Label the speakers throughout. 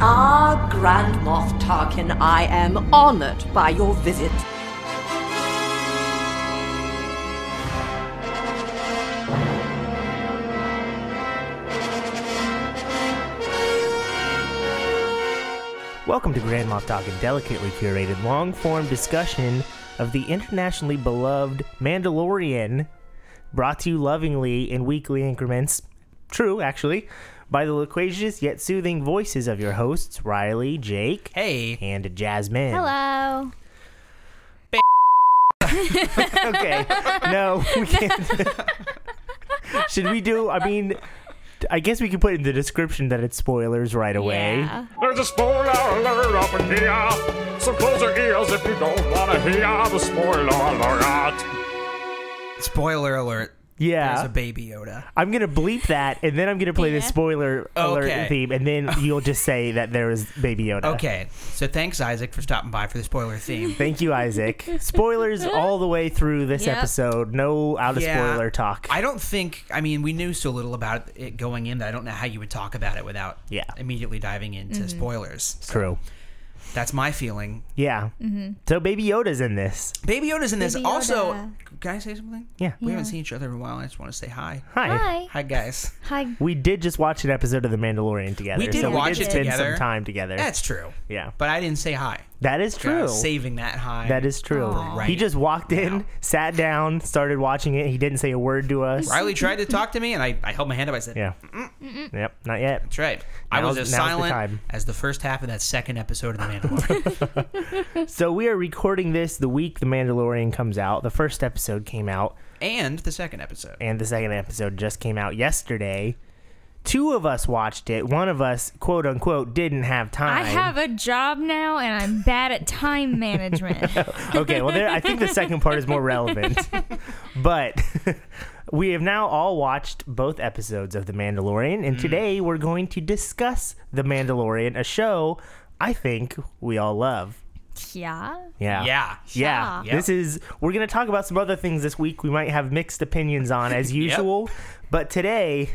Speaker 1: Ah, Grand Moff Tarkin, I am honored by your visit.
Speaker 2: Welcome to Grand Moff Tarkin, delicately curated, long-form discussion of the internationally beloved Mandalorian, brought to you lovingly in weekly increments. True, actually, by the loquacious yet soothing voices of your hosts Riley, Jake,
Speaker 3: Hey.
Speaker 2: and Jasmine.
Speaker 4: Hello.
Speaker 2: okay. No, we can't. Should we do? I mean, I guess we could put in the description that it's spoilers right away.
Speaker 4: Yeah.
Speaker 5: There's a spoiler alert up in here. So close your ears if you don't wanna hear the spoiler alert.
Speaker 3: Spoiler alert.
Speaker 2: Yeah.
Speaker 3: There's a baby Yoda.
Speaker 2: I'm gonna bleep that, and then I'm gonna play the
Speaker 4: Yeah.
Speaker 2: spoiler alert
Speaker 3: Okay.
Speaker 2: theme, and then you'll just say that there is Baby Yoda.
Speaker 3: Okay. So thanks, Isaac, for stopping by for the spoiler theme.
Speaker 2: Thank you, Isaac. Spoilers all the way through this
Speaker 4: Yep.
Speaker 2: episode. No out of
Speaker 3: Yeah.
Speaker 2: spoiler talk.
Speaker 3: I don't think, I mean, we knew so little about it going in that I don't know how you would talk about it without
Speaker 2: Yeah. Mm-hmm.
Speaker 3: immediately diving into spoilers.
Speaker 2: True.
Speaker 3: That's my feeling.
Speaker 2: Yeah. So Baby Yoda's in this.
Speaker 3: Baby Yoda's in this.
Speaker 4: Baby
Speaker 3: Also,
Speaker 4: Yoda.
Speaker 3: can I say something?
Speaker 2: Yeah.
Speaker 3: We haven't seen each other in a while. I just want to say hi.
Speaker 2: Hi.
Speaker 4: Hi.
Speaker 3: Hi, guys.
Speaker 4: Hi.
Speaker 2: We did just watch an episode of The Mandalorian together.
Speaker 3: We did
Speaker 2: so
Speaker 3: watch
Speaker 2: we did
Speaker 3: it
Speaker 2: spend
Speaker 3: together.
Speaker 2: some time together.
Speaker 3: That's true.
Speaker 2: yeah.
Speaker 3: But I didn't say hi.
Speaker 2: That is
Speaker 3: I
Speaker 2: true.
Speaker 3: was saving that hi.
Speaker 2: That is true.
Speaker 3: Right.
Speaker 2: He just walked in,
Speaker 3: Now.
Speaker 2: sat down, started watching it. He didn't say a word to us.
Speaker 3: Riley tried to talk to me, and I, I held my hand up. I said,
Speaker 2: Yeah. Yep. Not yet.
Speaker 3: That's right. I
Speaker 2: Now's-
Speaker 3: was as
Speaker 2: now's the
Speaker 3: silent
Speaker 2: time.
Speaker 3: as the first half of that second episode of The Mandalorian.
Speaker 2: So we are recording this the week The Mandalorian comes out. The first episode came out,
Speaker 3: and the second episode.
Speaker 2: and the second episode just came out yesterday. Two of us watched it. One of us, quote unquote, didn't have time.
Speaker 4: I have a job now and I'm bad at time management.
Speaker 2: okay, well, there, I think the second part is more relevant. But we have now all watched both episodes of The Mandalorian,
Speaker 4: Hmm.
Speaker 2: and today we're going to discuss The Mandalorian, a show I think we all love.
Speaker 4: yeah.
Speaker 2: Yeah.
Speaker 3: Yeah.
Speaker 2: Yeah.
Speaker 3: Yeah.
Speaker 2: This is, we're going to talk about some other things this week we might have mixed opinions on, as usual. But today,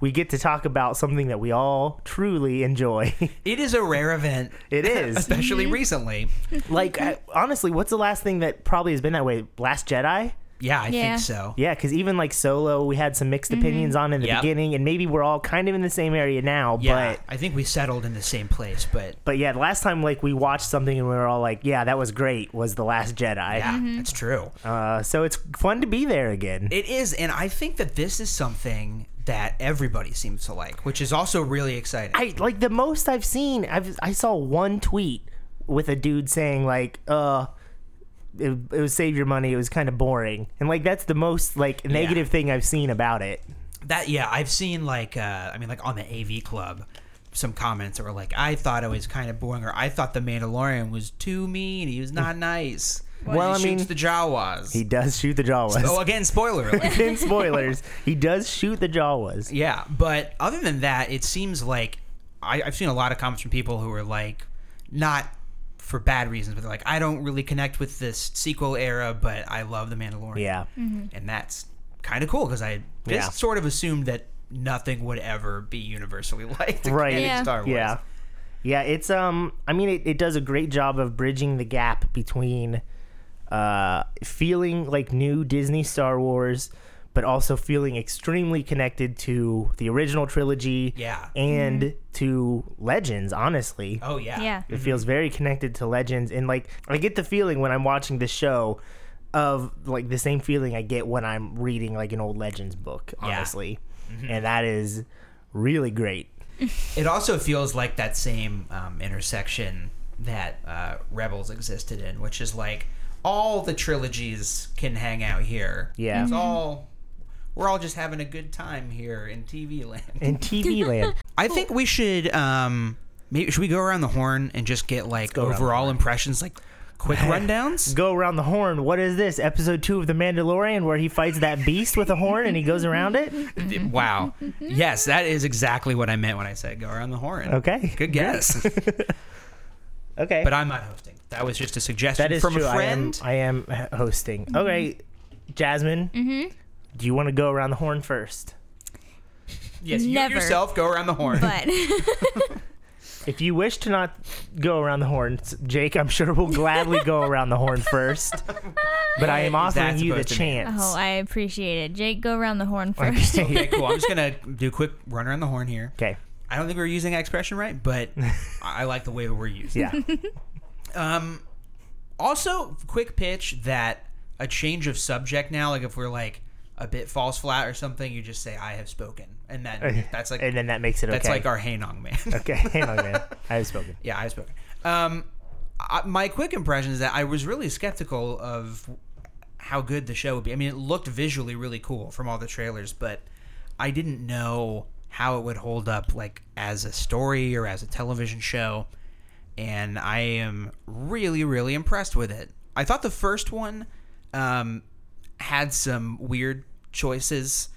Speaker 2: we get to talk about something that we all truly enjoy.
Speaker 3: It is a rare event,
Speaker 2: it is.
Speaker 3: especially recently.
Speaker 2: like, I, honestly, what's the last thing that probably has been that way? Last Jedi?
Speaker 3: Yeah, I
Speaker 4: Yeah.
Speaker 3: think so.
Speaker 2: Yeah, because even like Solo, we had some mixed opinions on in the
Speaker 3: Mm-hmm. Yep.
Speaker 2: beginning, and maybe we're all kind of in the same area now.
Speaker 3: Yeah.
Speaker 2: But
Speaker 3: I think we settled in the same place, but
Speaker 2: but yeah, the last time like we watched something and we were all like, yeah, that was great. Was the Last Jedi?
Speaker 3: yeah, that's true.
Speaker 2: Uh, so it's fun to be there again.
Speaker 3: It is, and I think that this is something that everybody seems to like, which is also really exciting.
Speaker 2: I like the most I've seen. I've I saw one tweet with a dude saying like, uh. It, it was save your money. It was kind of boring, and like that's the most like negative thing I've seen about it.
Speaker 3: that yeah, I've seen like uh I mean like on the AV club some comments that were like I thought it was kind of boring or I thought the Mandalorian was too mean, he was not nice.
Speaker 2: Well,
Speaker 3: he
Speaker 2: I mean-
Speaker 3: shoots the Jawas.
Speaker 2: He does shoot the Jawas.
Speaker 3: oh, again, spoiler alert.
Speaker 2: Again, spoilers. He does shoot the Jawas.
Speaker 3: Yeah, but other than that, it seems like I, I've seen a lot of comments from people who are like, not for bad reasons, but they're like, I don't really connect with this sequel era, but I love The Mandalorian.
Speaker 2: Yeah.
Speaker 3: And that's kind of cool because I just
Speaker 2: Yeah.
Speaker 3: sort of assumed that nothing would ever be universally liked.
Speaker 2: Right.
Speaker 3: in
Speaker 4: Yeah.
Speaker 3: Star Wars.
Speaker 2: Yeah. Yeah, it's um I mean it, it does a great job of bridging the gap between uh feeling like new Disney Star Wars but also feeling extremely connected to the original trilogy
Speaker 3: Yeah.
Speaker 2: and to Legends, honestly.
Speaker 3: Oh, yeah.
Speaker 4: Yeah.
Speaker 2: It feels very connected to Legends and like I get the feeling when I'm watching this show of like the same feeling I get when I'm reading like an old Legends book, honestly.
Speaker 3: Mm-hmm.
Speaker 2: And that is really great.
Speaker 3: It also feels like that same um, intersection that uh, Rebels existed in, which is like all the trilogies can hang out here.
Speaker 2: Yeah.
Speaker 3: it's all we're all just having a good time here in TV land.
Speaker 2: In TV land.
Speaker 3: I think we should um, maybe should we go around the horn and just get like
Speaker 2: around the
Speaker 3: overall impressions, like quick rundowns.
Speaker 2: go around the horn. What is this? Episode two of The Mandalorian, where he fights that beast with a horn and he goes around it?
Speaker 3: wow. Yes, that is exactly what I meant when I said go around the horn.
Speaker 2: Okay.
Speaker 3: Good guess.
Speaker 2: Okay.
Speaker 3: but I'm not hosting. That was just a suggestion
Speaker 2: that is
Speaker 3: from
Speaker 2: true.
Speaker 3: a friend.
Speaker 2: I am, I am h- hosting.
Speaker 4: Mm-hmm.
Speaker 2: Okay. Jasmine, do you want to go around the horn first?
Speaker 3: yes, you
Speaker 4: Never.
Speaker 3: yourself go around the horn.
Speaker 4: But
Speaker 2: If you wish to not go around the horn, s- Jake, I'm sure will gladly go around the horn first. But I am offering
Speaker 3: That's
Speaker 2: you the
Speaker 3: supposed to mean-
Speaker 2: chance.
Speaker 4: Oh, I appreciate it. Jake, go around the horn first.
Speaker 3: Okay, cool. I'm just gonna do a quick run around the horn here.
Speaker 2: okay.
Speaker 3: I don't think we're using that expression right, but I like the way that we're using.
Speaker 2: Yeah.
Speaker 3: Also, quick pitch that a change of subject now, like if we're like a bit falls flat or something, you just say I have spoken, and then that's like
Speaker 2: and then that makes it okay.
Speaker 3: that's like our Hanong man.
Speaker 2: okay. Hang on, man. I have spoken.
Speaker 3: Yeah, I've spoken. Um, I, my quick impression is that I was really skeptical of how good the show would be. I mean, it looked visually really cool from all the trailers, but I didn't know how it would hold up, like as a story or as a television show. And I am really, really impressed with it. I thought the first one um, had some weird choices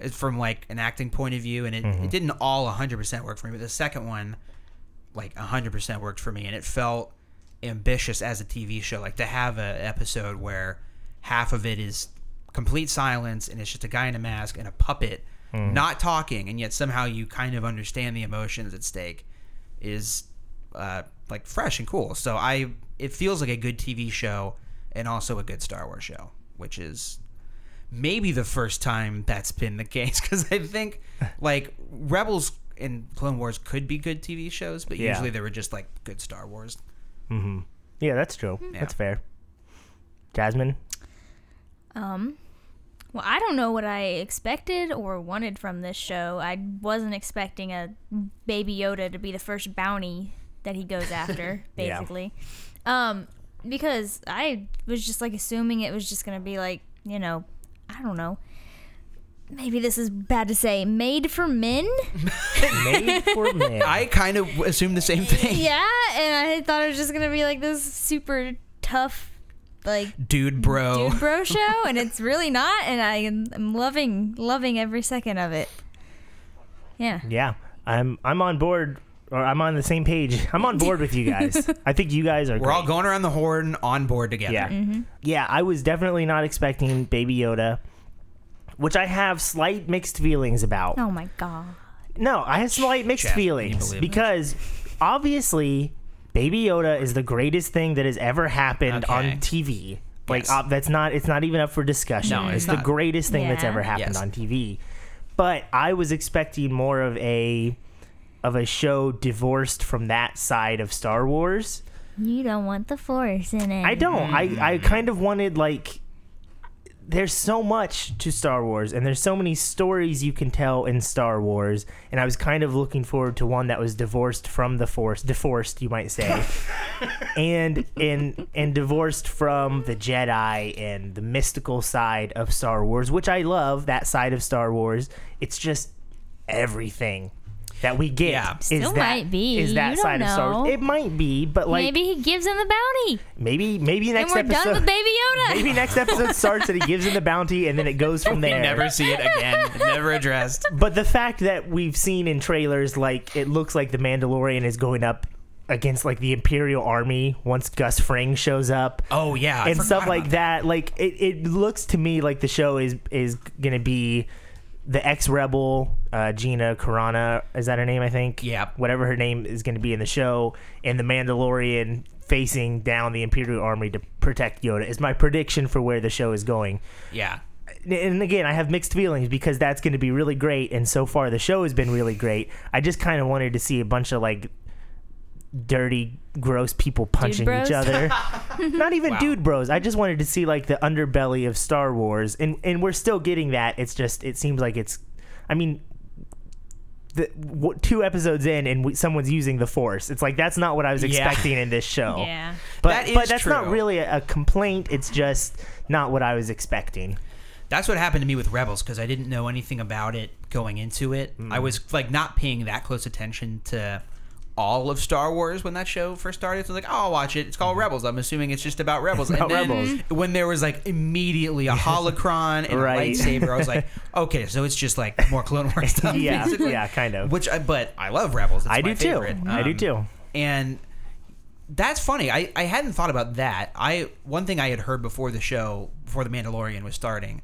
Speaker 3: uh, from like an acting point of view, and it, it didn't all 100% work for me. But the second one, like 100% worked for me and it felt ambitious as a TV show like to have an episode where half of it is complete silence and it's just a guy in a mask and a puppet not talking and yet somehow you kind of understand the emotions at stake is uh, like fresh and cool so I it feels like a good TV show and also a good Star Wars show which is maybe the first time that's been the case because I think like Rebels and Clone Wars could be good TV shows, but
Speaker 2: Yeah.
Speaker 3: usually they were just like good Star Wars.
Speaker 2: Yeah, that's true. That's fair. Jasmine?
Speaker 4: Well, I don't know what I expected or wanted from this show. I wasn't expecting a Baby Yoda to be the first bounty that he goes after,
Speaker 2: Yeah.
Speaker 4: basically. Um, because I was just like assuming it was just going to be like, you know, I don't know. Maybe this is bad to say. Made for men?
Speaker 2: Made for men.
Speaker 3: I kind of assumed the same thing.
Speaker 4: yeah, and I thought it was just going to be like this super tough like
Speaker 3: Dude, bro.
Speaker 4: dude bro show and it's really not and I am I'm loving loving every second of it. Yeah.
Speaker 2: Yeah, I'm I'm on board, or I'm on the same page. I'm on board with you guys. I think you guys are.
Speaker 3: We're all Mm-hmm.
Speaker 2: great.
Speaker 3: going around the horn on board together.
Speaker 2: Yeah, yeah. I was definitely not expecting Baby Yoda, which I have slight mixed feelings about.
Speaker 4: Oh my god.
Speaker 2: No, I have slight mixed
Speaker 3: Jeff, can you
Speaker 2: feelings
Speaker 3: believe it?
Speaker 2: because obviously Baby Yoda is the greatest thing that has ever happened
Speaker 3: Okay.
Speaker 2: on TV. Like
Speaker 3: Yes.
Speaker 2: uh, that's not it's not even up for discussion.
Speaker 3: No,
Speaker 2: it's
Speaker 3: it's
Speaker 2: the
Speaker 3: not.
Speaker 2: greatest thing that's
Speaker 4: Yeah.
Speaker 2: ever happened
Speaker 3: Yes.
Speaker 2: on TV. But I was expecting more of a of a show divorced from that side of Star Wars.
Speaker 4: You don't want the force in it.
Speaker 2: I don't. I, I kind of wanted like there's so much to Star Wars and there's so many stories you can tell in Star Wars and I was kind of looking forward to one that was divorced from the force divorced you might say and and and divorced from the Jedi and the mystical side of Star Wars which I love that side of Star Wars it's just everything that we get
Speaker 3: Yeah.
Speaker 2: is
Speaker 4: Still
Speaker 2: that,
Speaker 4: might be.
Speaker 2: is that
Speaker 4: You don't
Speaker 2: side of Star Wars
Speaker 4: know.
Speaker 2: it might be but like
Speaker 4: Maybe he gives him the bounty
Speaker 2: Maybe maybe
Speaker 4: and
Speaker 2: next
Speaker 4: we're
Speaker 2: episode.
Speaker 4: done with Baby Yoda.
Speaker 2: maybe next episode starts and he gives him the bounty and then it goes from there.
Speaker 3: Never see it again. Never addressed.
Speaker 2: But the fact that we've seen in trailers like it looks like the Mandalorian is going up against like the Imperial Army once Gus Fring shows up.
Speaker 3: Oh yeah, I
Speaker 2: and stuff
Speaker 3: forgot
Speaker 2: like
Speaker 3: about
Speaker 2: that. Like it, it looks to me like the show is is gonna be the ex rebel uh, Gina Carana is that her name I think
Speaker 3: Yep.
Speaker 2: whatever her name is gonna be in the show and the Mandalorian facing down the Imperial Army to protect Yoda is my prediction for where the show is going
Speaker 3: Yeah.
Speaker 2: and again, I have mixed feelings because that's going to be really great, and so far the show has been really great. I just kind of wanted to see a bunch of like dirty, gross people punching
Speaker 4: bros?
Speaker 2: each other. Not even
Speaker 3: Wow.
Speaker 2: dude bros. I just wanted to see like the underbelly of Star Wars, and and we're still getting that. It's just it seems like it's, I mean. The, w- two episodes in, and we, someone's using the force. It's like that's not what I was
Speaker 3: Yeah.
Speaker 2: expecting in this show.
Speaker 4: Yeah.
Speaker 2: but
Speaker 3: That
Speaker 2: but
Speaker 3: is
Speaker 2: that's not
Speaker 3: true.
Speaker 2: really a, a complaint. It's just not what I was expecting.
Speaker 3: That's what happened to me with Rebels because I didn't know anything about it going into it.
Speaker 2: Hmm.
Speaker 3: I was like not paying that close attention to all of Star Wars when that show first started. So I was like, oh, I'll watch it. It's called Rebels. I'm assuming it's just about Rebels.
Speaker 2: Mm-hmm. about
Speaker 3: and then
Speaker 2: Rebels.
Speaker 3: when there was like immediately a holocron and
Speaker 2: Right.
Speaker 3: a lightsaber, I was like, okay, so it's just like more Clone Wars stuff.
Speaker 2: Yeah,
Speaker 3: basically.
Speaker 2: yeah, kind of.
Speaker 3: Which, I, but I love Rebels. It's
Speaker 2: I
Speaker 3: my
Speaker 2: do too.
Speaker 3: favorite. Um,
Speaker 2: I do too.
Speaker 3: And that's funny. I, I hadn't thought about that. I one thing I had heard before the show, before the Mandalorian was starting,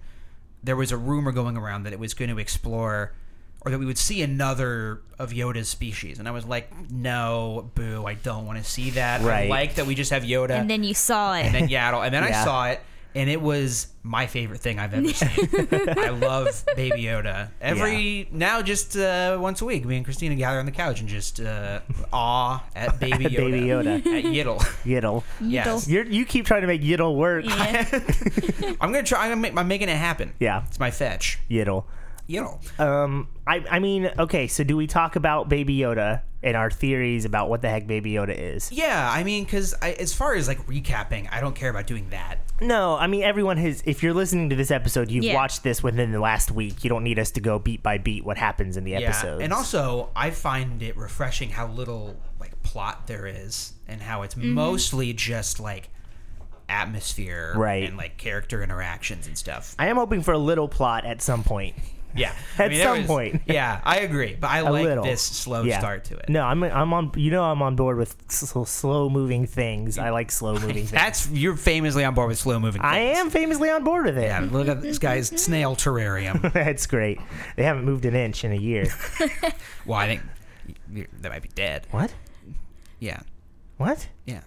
Speaker 3: there was a rumor going around that it was going to explore or that we would see another of Yoda's species. And I was like, no, boo, I don't want to see that. I
Speaker 2: Right.
Speaker 3: like that we just have Yoda.
Speaker 4: And then you saw it.
Speaker 3: and then yeah, I don't- and then I
Speaker 2: Yeah.
Speaker 3: saw it, and it was my favorite thing I've ever seen. I love Baby Yoda. Every now, just uh, once a week, me and Christina gather on the couch and just uh, awe at Baby Yoda,
Speaker 2: Baby Yoda.
Speaker 3: at Yiddle.
Speaker 2: Yiddle.
Speaker 3: yes,
Speaker 2: You're, you keep trying to make Yiddle work.
Speaker 4: Yeah.
Speaker 3: I'm gonna try. I'm, gonna make, I'm making it happen.
Speaker 2: Yeah.
Speaker 3: it's my fetch.
Speaker 2: Yiddle.
Speaker 3: Yiddle.
Speaker 2: Um, I, I mean, okay, so do we talk about Baby Yoda and our theories about what the heck Baby Yoda is?
Speaker 3: yeah, I mean, because as far as like recapping, I don't care about doing that.
Speaker 2: No, I mean, everyone has, if you're listening to this episode, you've
Speaker 4: Yeah.
Speaker 2: watched this within the last week. You don't need us to go beat by beat what happens in the episodes.
Speaker 3: And also, I find it refreshing how little like plot there is and how it's mostly just like atmosphere
Speaker 2: Right.
Speaker 3: and like character interactions and stuff.
Speaker 2: I am hoping for a little plot at some point.
Speaker 3: Yeah.
Speaker 2: At
Speaker 3: there
Speaker 2: some point.
Speaker 3: Yeah, I agree, but I
Speaker 2: A
Speaker 3: like
Speaker 2: little.
Speaker 3: this slow
Speaker 2: Yeah.
Speaker 3: Oh, start to it.
Speaker 2: No, I'm, I'm on, you know, I'm on board with sl- slow moving things. I like slow moving things.
Speaker 3: That's you're famously on board with slow moving.
Speaker 2: I am famously on board with it.
Speaker 3: Yeah, look at this guy's snail terrarium.
Speaker 2: That's great. They haven't moved an inch in a year.
Speaker 3: well, I think you- that might be dead.
Speaker 2: what?
Speaker 3: Yeah.
Speaker 2: What?
Speaker 3: Yeah.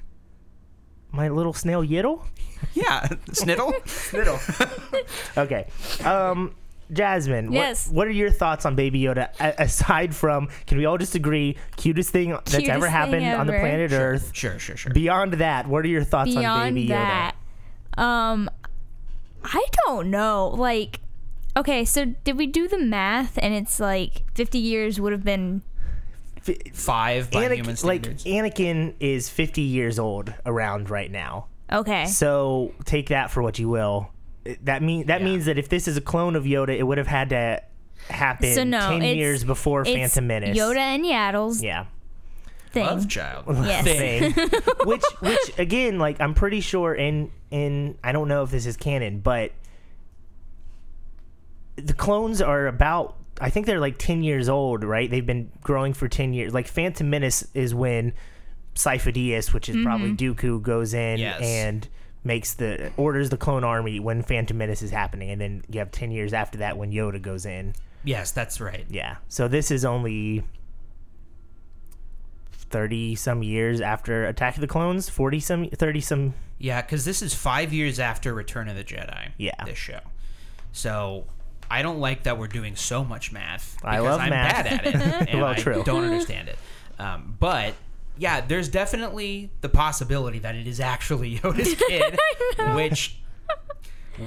Speaker 2: My little snail Yiddle?
Speaker 3: Yeah, Sniddle. Sniddle.
Speaker 2: Okay. Um, Jasmine, what-
Speaker 4: Yes.
Speaker 2: what, are your thoughts on Baby Yoda? A- aside from, can we all just agree, cutest thing that's
Speaker 4: Cutest
Speaker 2: ever
Speaker 4: thing
Speaker 2: happened on the
Speaker 4: ever.
Speaker 2: planet Earth?
Speaker 3: Sure, sure, sure.
Speaker 2: Beyond that, what are your thoughts on
Speaker 4: beyond
Speaker 2: Baby Yoda?
Speaker 4: that um i don't know like okay so did we do the math and it's like 50 years would have been
Speaker 3: Five by human
Speaker 2: Anakin, like
Speaker 3: standards.
Speaker 2: Anakin is 50 years old around right now.
Speaker 4: okay
Speaker 2: So take that for what you will. It- That mean that
Speaker 3: Yeah.
Speaker 2: means that if this is a clone of Yoda, it would have had to happen
Speaker 4: so no
Speaker 2: 10
Speaker 4: it's-
Speaker 2: years before
Speaker 4: it's
Speaker 2: Phantom Menace.
Speaker 4: yoda and yaddle's
Speaker 2: Yeah.
Speaker 4: thing
Speaker 3: Love child.
Speaker 4: yes
Speaker 2: thing which which again like i'm pretty sure in in i don't know if this is canon but the clones are about i think they're like 10 years old right they've been growing for 10 years like phantom menace is when Sifo-Dyas, which is probably dooku goes in
Speaker 3: Yes.
Speaker 2: and makes the orders the clone army when phantom menace is happening and then you have 10 years after that when yoda goes in
Speaker 3: Yes, that's right.
Speaker 2: yeah. So this is only 30 some years after Attack of the Clones, 40 some 30 some
Speaker 3: Yeah, because this is five years after Return of the Jedi.
Speaker 2: Yeah.
Speaker 3: This show. So I don't like that we're doing so much math.
Speaker 2: I
Speaker 3: because
Speaker 2: love
Speaker 3: I'm
Speaker 2: math.
Speaker 3: bad at it. And
Speaker 2: Well,
Speaker 3: I
Speaker 2: true.
Speaker 3: don't understand it. Um, but yeah, there's definitely the possibility that it is actually Yoda's kid, which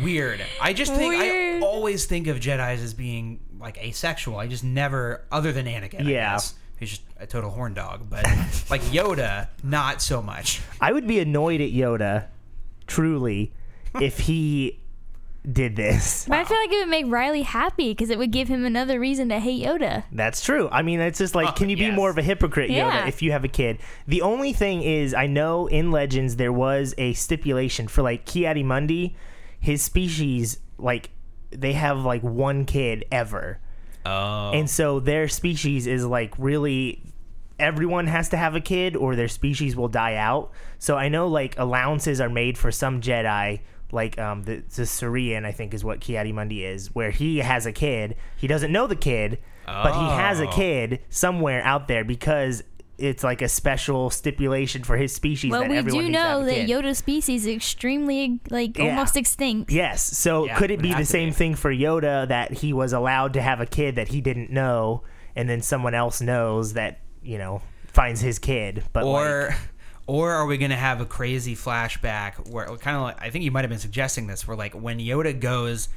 Speaker 3: weird. I just think
Speaker 4: Weird.
Speaker 3: I always think of Jedi's as being like asexual. I just never, other than Anakin. I
Speaker 2: Yeah.
Speaker 3: guess, who's just a total horn dog, but like Yoda, not so much.
Speaker 2: I would be annoyed at Yoda truly if he did this.
Speaker 4: But I feel like it would make Riley happy because it would give him another reason to hate Yoda.
Speaker 2: That's true. I mean, it's just like, can you be
Speaker 3: Oh, yes.
Speaker 2: more of a hypocrite, Yoda,
Speaker 4: Yeah.
Speaker 2: if you have a kid? The only thing is, I know in Legends there was a stipulation for like Kiadi Mundi, his species, like, they have like one kid ever.
Speaker 3: Oh.
Speaker 2: And so their species is like really everyone has to have a kid or their species will die out. So I know like allowances are made for some Jedi like um the the Syrian I think is what Kiadi Mundi is where he has a kid. He doesn't know the kid, but he has a
Speaker 3: Oh.
Speaker 2: kid somewhere out there because it's like a special stipulation for his species
Speaker 4: Well,
Speaker 2: that
Speaker 4: we
Speaker 2: everyone
Speaker 4: do
Speaker 2: needs to have
Speaker 4: know
Speaker 2: a
Speaker 4: that
Speaker 2: kid.
Speaker 4: Yoda's species is extremely, like,
Speaker 2: Yeah.
Speaker 4: almost extinct.
Speaker 2: Yes. So
Speaker 3: Yeah,
Speaker 2: could
Speaker 3: it
Speaker 2: it
Speaker 3: would
Speaker 2: be
Speaker 3: have
Speaker 2: the
Speaker 3: to
Speaker 2: same
Speaker 3: be.
Speaker 2: thing for Yoda that he was allowed to have a kid that he didn't know, and then someone else knows that you know finds his kid, but like,
Speaker 3: or or are we going to have a crazy flashback where kind of like I think you might have been suggesting this where like when Yoda goes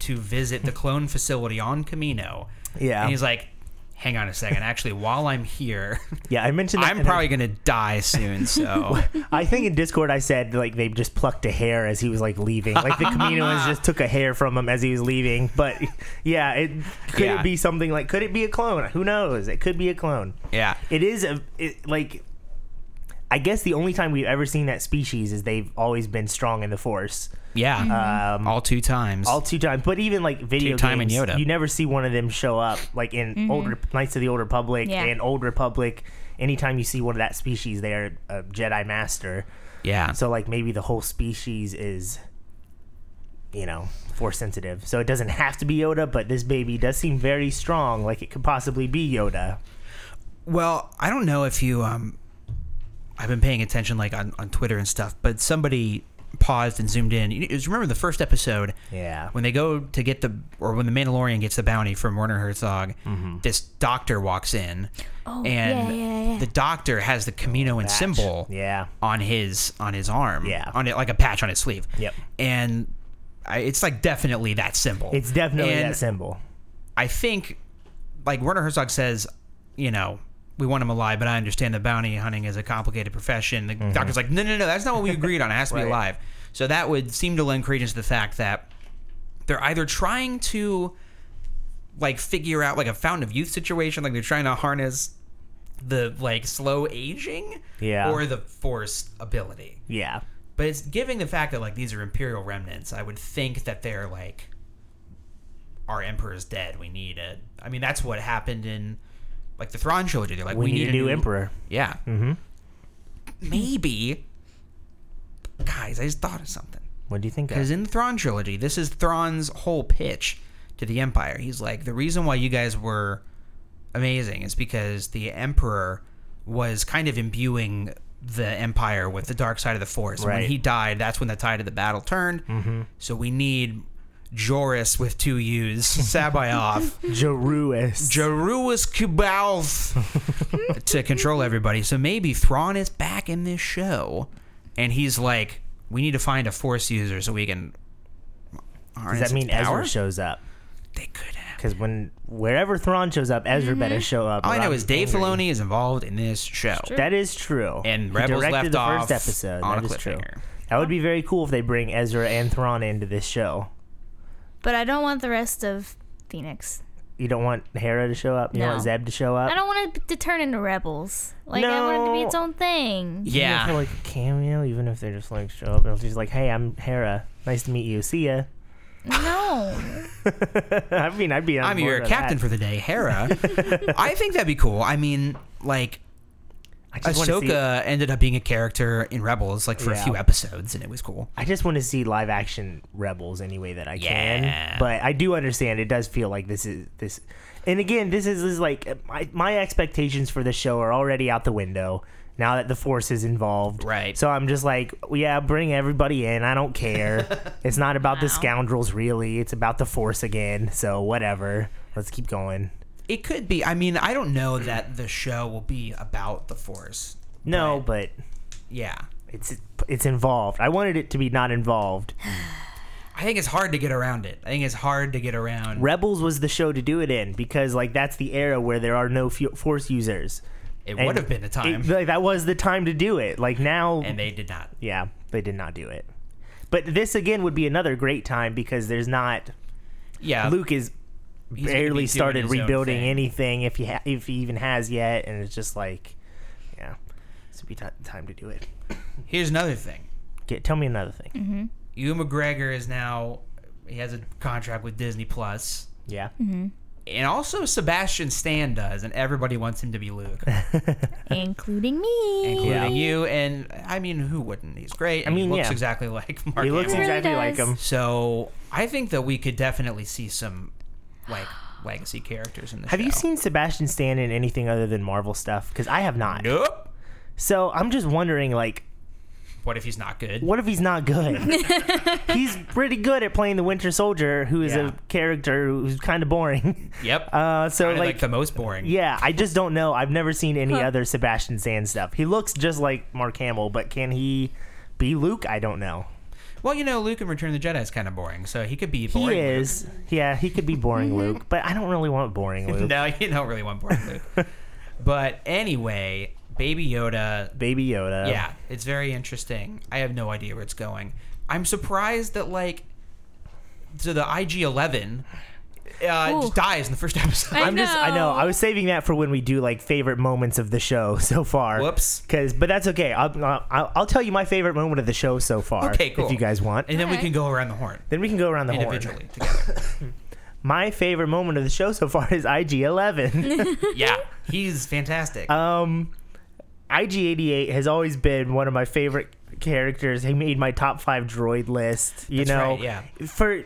Speaker 3: to visit the clone facility on Camino
Speaker 2: Yeah.
Speaker 3: and he's like hang on a second actually while I'm here
Speaker 2: yeah, I mentioned that.
Speaker 3: I'm
Speaker 2: in a-
Speaker 3: probably going to die soon so
Speaker 2: I think in Discord I said like they just plucked a hair as he was like leaving, like the Caminoans just took a hair from him as he was leaving. But yeah, it could
Speaker 3: Yeah.
Speaker 2: it be something like could it be a clone? Who knows? It could be a clone.
Speaker 3: yeah
Speaker 2: It is a it, like. I guess the only time we've ever seen that species is they've always been strong in the Force.
Speaker 3: yeah
Speaker 2: Um,
Speaker 3: all two times
Speaker 2: all two times. But even like video
Speaker 3: Two-time and
Speaker 2: games,
Speaker 3: Yoda.
Speaker 2: you never see one of them show up like in older Knights of the Old Republic
Speaker 4: Yeah.
Speaker 2: and Old Republic. Anytime you see one of that species, they are a Jedi Master.
Speaker 3: yeah
Speaker 2: So like maybe the whole species is you know, force sensitive. So it doesn't have to be Yoda, but this baby does seem very strong, like it could possibly be Yoda.
Speaker 3: Well, I don't know if you um I've been paying attention like on, on Twitter and stuff, but somebody paused and zoomed in. You you just remember the first episode
Speaker 2: Yeah.
Speaker 3: when they go to get the or when the Mandalorian gets the bounty from Werner Herzog,
Speaker 2: Mm-hmm.
Speaker 3: this doctor walks in
Speaker 4: Oh,
Speaker 3: and
Speaker 4: yeah, yeah, yeah.
Speaker 3: the doctor has the Caminoan
Speaker 2: Patch.
Speaker 3: symbol
Speaker 2: Yeah.
Speaker 3: on his on his arm.
Speaker 2: Yeah.
Speaker 3: On it like a patch on his sleeve.
Speaker 2: Yep.
Speaker 3: And I, it's like definitely that symbol.
Speaker 2: It's definitely
Speaker 3: And
Speaker 2: that symbol.
Speaker 3: I think, like Werner Herzog says, you know, we want him alive, but I understand the bounty hunting is a complicated profession. The doctor's like, no, no, no, that's not what we agreed on. It has to
Speaker 2: Mm-hmm. Right.
Speaker 3: be alive. So that would seem to lend credence to the fact that they're either trying to like figure out like a fountain of youth situation, like they're trying to harness the like slow aging,
Speaker 2: Yeah.
Speaker 3: or the force ability.
Speaker 2: Yeah.
Speaker 3: But it's giving the fact that like these are imperial remnants, I would think that they're like our emperor's dead. We need a. I mean, that's what happened in like the Thrawn trilogy. They're like,
Speaker 2: We, need, a new emperor.
Speaker 3: Yeah. Mm-hmm. Maybe. Guys, I just thought of something.
Speaker 2: What do you think?
Speaker 3: Because
Speaker 2: of?
Speaker 3: in the Thrawn trilogy, this is Thrawn's whole pitch to the Empire. He's like, the reason why you guys were amazing is because the Emperor was kind of imbuing the Empire with the dark side of the Force. And
Speaker 2: Right.
Speaker 3: When he died, that's when the tide of the battle turned. So we need Joris with two U's, Sabayoff,
Speaker 2: Jeruis.
Speaker 3: Jeruus Kubalth to control everybody. So maybe Thrawn is back in this show, and he's like, "We need to find a Force user so we can."
Speaker 2: Does that mean Ezra shows up?
Speaker 3: They could have.
Speaker 2: Because when wherever Thrawn shows up, Ezra better show up.
Speaker 3: Mm-hmm. All I
Speaker 2: or
Speaker 3: know
Speaker 2: I'm
Speaker 3: is Dave
Speaker 2: angry.
Speaker 3: Filoni is involved in this show.
Speaker 2: That is true. He
Speaker 3: And Rebels
Speaker 2: directed
Speaker 3: left
Speaker 2: the
Speaker 3: off
Speaker 2: first episode.
Speaker 3: on
Speaker 2: That
Speaker 3: a
Speaker 2: is true.
Speaker 3: cliffhanger.
Speaker 2: That would be very cool if they bring Ezra and Thrawn into this show.
Speaker 4: But I don't want the rest of Phoenix.
Speaker 2: You don't want Hera to show up. You don't want
Speaker 4: No.
Speaker 2: Zeb to show up.
Speaker 4: I don't want it to turn into rebels. Like I want it to be its
Speaker 2: No.
Speaker 4: own thing.
Speaker 2: Even for
Speaker 3: Yeah,
Speaker 2: like a cameo, even if they just like show up and she's like, "Hey, I'm Hera. Nice to meet you. See ya."
Speaker 4: No.
Speaker 2: I mean, I'd be. On
Speaker 3: I'm
Speaker 2: board
Speaker 3: your
Speaker 2: with
Speaker 3: captain
Speaker 2: that.
Speaker 3: for the day, Hera. I think that'd be cool. I mean, like
Speaker 2: I just wanna see-
Speaker 3: Ahsoka ended up being a character in Rebels, like for
Speaker 2: Yeah.
Speaker 3: a few episodes, and it was cool.
Speaker 2: I just want to see live action Rebels any way that I
Speaker 3: Yeah.
Speaker 2: can. But I do understand it does feel like this is this, and again, this is, this is like my my expectations for the show are already out the window now that the Force is involved.
Speaker 3: Right.
Speaker 2: So I'm just like, yeah, bring everybody in. I don't care. it's not about the scoundrels really. It's about the Force again. So whatever. Let's keep going.
Speaker 3: It could be. I mean, I don't know that the show will be about the Force.
Speaker 2: No, but
Speaker 3: Yeah.
Speaker 2: it's it's involved. I wanted it to be not involved.
Speaker 3: I think it's hard to get around it. I think it's hard to get around.
Speaker 2: Rebels was the show to do it in because like that's the era where there are no fu- force users.
Speaker 3: It
Speaker 2: And
Speaker 3: would have been the time,
Speaker 2: it- like, that was the time to do it. Like now,
Speaker 3: and they did not.
Speaker 2: yeah, they did not do it. But this again would be another great time because there's not
Speaker 3: Yeah,
Speaker 2: Luke is
Speaker 3: he's gonna be
Speaker 2: barely
Speaker 3: doing
Speaker 2: started
Speaker 3: his own
Speaker 2: rebuilding
Speaker 3: thing.
Speaker 2: anything if he ha- if he even has yet, and it's just like, yeah, this would be t- time to do it.
Speaker 3: Here's another thing.
Speaker 2: Get, tell me another thing.
Speaker 4: Mm-hmm.
Speaker 3: Ewan McGregor is now he has a contract with Disney Plus,
Speaker 2: Yeah,
Speaker 4: Mm-hmm.
Speaker 3: and also Sebastian Stan does, and everybody wants him to be Luke,
Speaker 4: Including me.
Speaker 3: including
Speaker 2: Yeah.
Speaker 3: you. And I mean, who wouldn't? He's great. I
Speaker 2: mean,
Speaker 3: he looks
Speaker 2: yeah.
Speaker 3: exactly like Mark.
Speaker 2: he looks
Speaker 3: Hamill.
Speaker 4: really
Speaker 2: exactly like
Speaker 4: does.
Speaker 2: him.
Speaker 3: so I think that we could definitely see some like legacy characters in the
Speaker 2: Have
Speaker 3: show.
Speaker 2: you seen Sebastian Stan in anything other than Marvel stuff? Because I have not.
Speaker 3: Nope.
Speaker 2: So I'm just wondering, like,
Speaker 3: What if he's not good?
Speaker 2: what if he's not good? he's pretty good at playing the Winter Soldier, who is
Speaker 3: Yeah.
Speaker 2: a character who's kind of boring.
Speaker 3: Yep.
Speaker 2: Uh, so
Speaker 3: Kinda
Speaker 2: like,
Speaker 3: the most boring.
Speaker 2: yeah, I just don't know. I've never seen any other Sebastian Stan stuff. He looks just like Mark Hamill, but can he be Luke? I don't know.
Speaker 3: Well, you know, Luke in Return of the Jedi is kind of boring, so he could be
Speaker 2: He
Speaker 3: boring. Luke.
Speaker 2: is. Yeah, he could be boring Luke, but I don't really want boring Luke.
Speaker 3: No, you don't really want boring Luke. but anyway, Baby Yoda.
Speaker 2: Baby Yoda.
Speaker 3: Yeah, it's very interesting. I have no idea where it's going. I'm surprised that like, so the IG Eleven uh,
Speaker 4: Ooh.
Speaker 3: just dies in the first episode.
Speaker 4: I
Speaker 2: I'm just I know
Speaker 4: know.
Speaker 2: I was saving that for when we do like favorite moments of the show so far.
Speaker 3: Whoops.
Speaker 2: Cuz but that's okay. I'll, I'll I'll tell you my favorite moment of the show so far
Speaker 3: Okay, cool.
Speaker 2: if you guys want.
Speaker 3: and then we
Speaker 4: Okay.
Speaker 3: can go around the horn
Speaker 2: Then we can go around the horn.
Speaker 3: individually together.
Speaker 2: My favorite moment of the show so far is IG11.
Speaker 3: yeah,
Speaker 2: Uh,
Speaker 3: he's fantastic.
Speaker 2: um IG88 has always been one of my favorite characters. He made my top five droid list. You
Speaker 3: That's
Speaker 2: know,
Speaker 3: right, yeah.
Speaker 2: for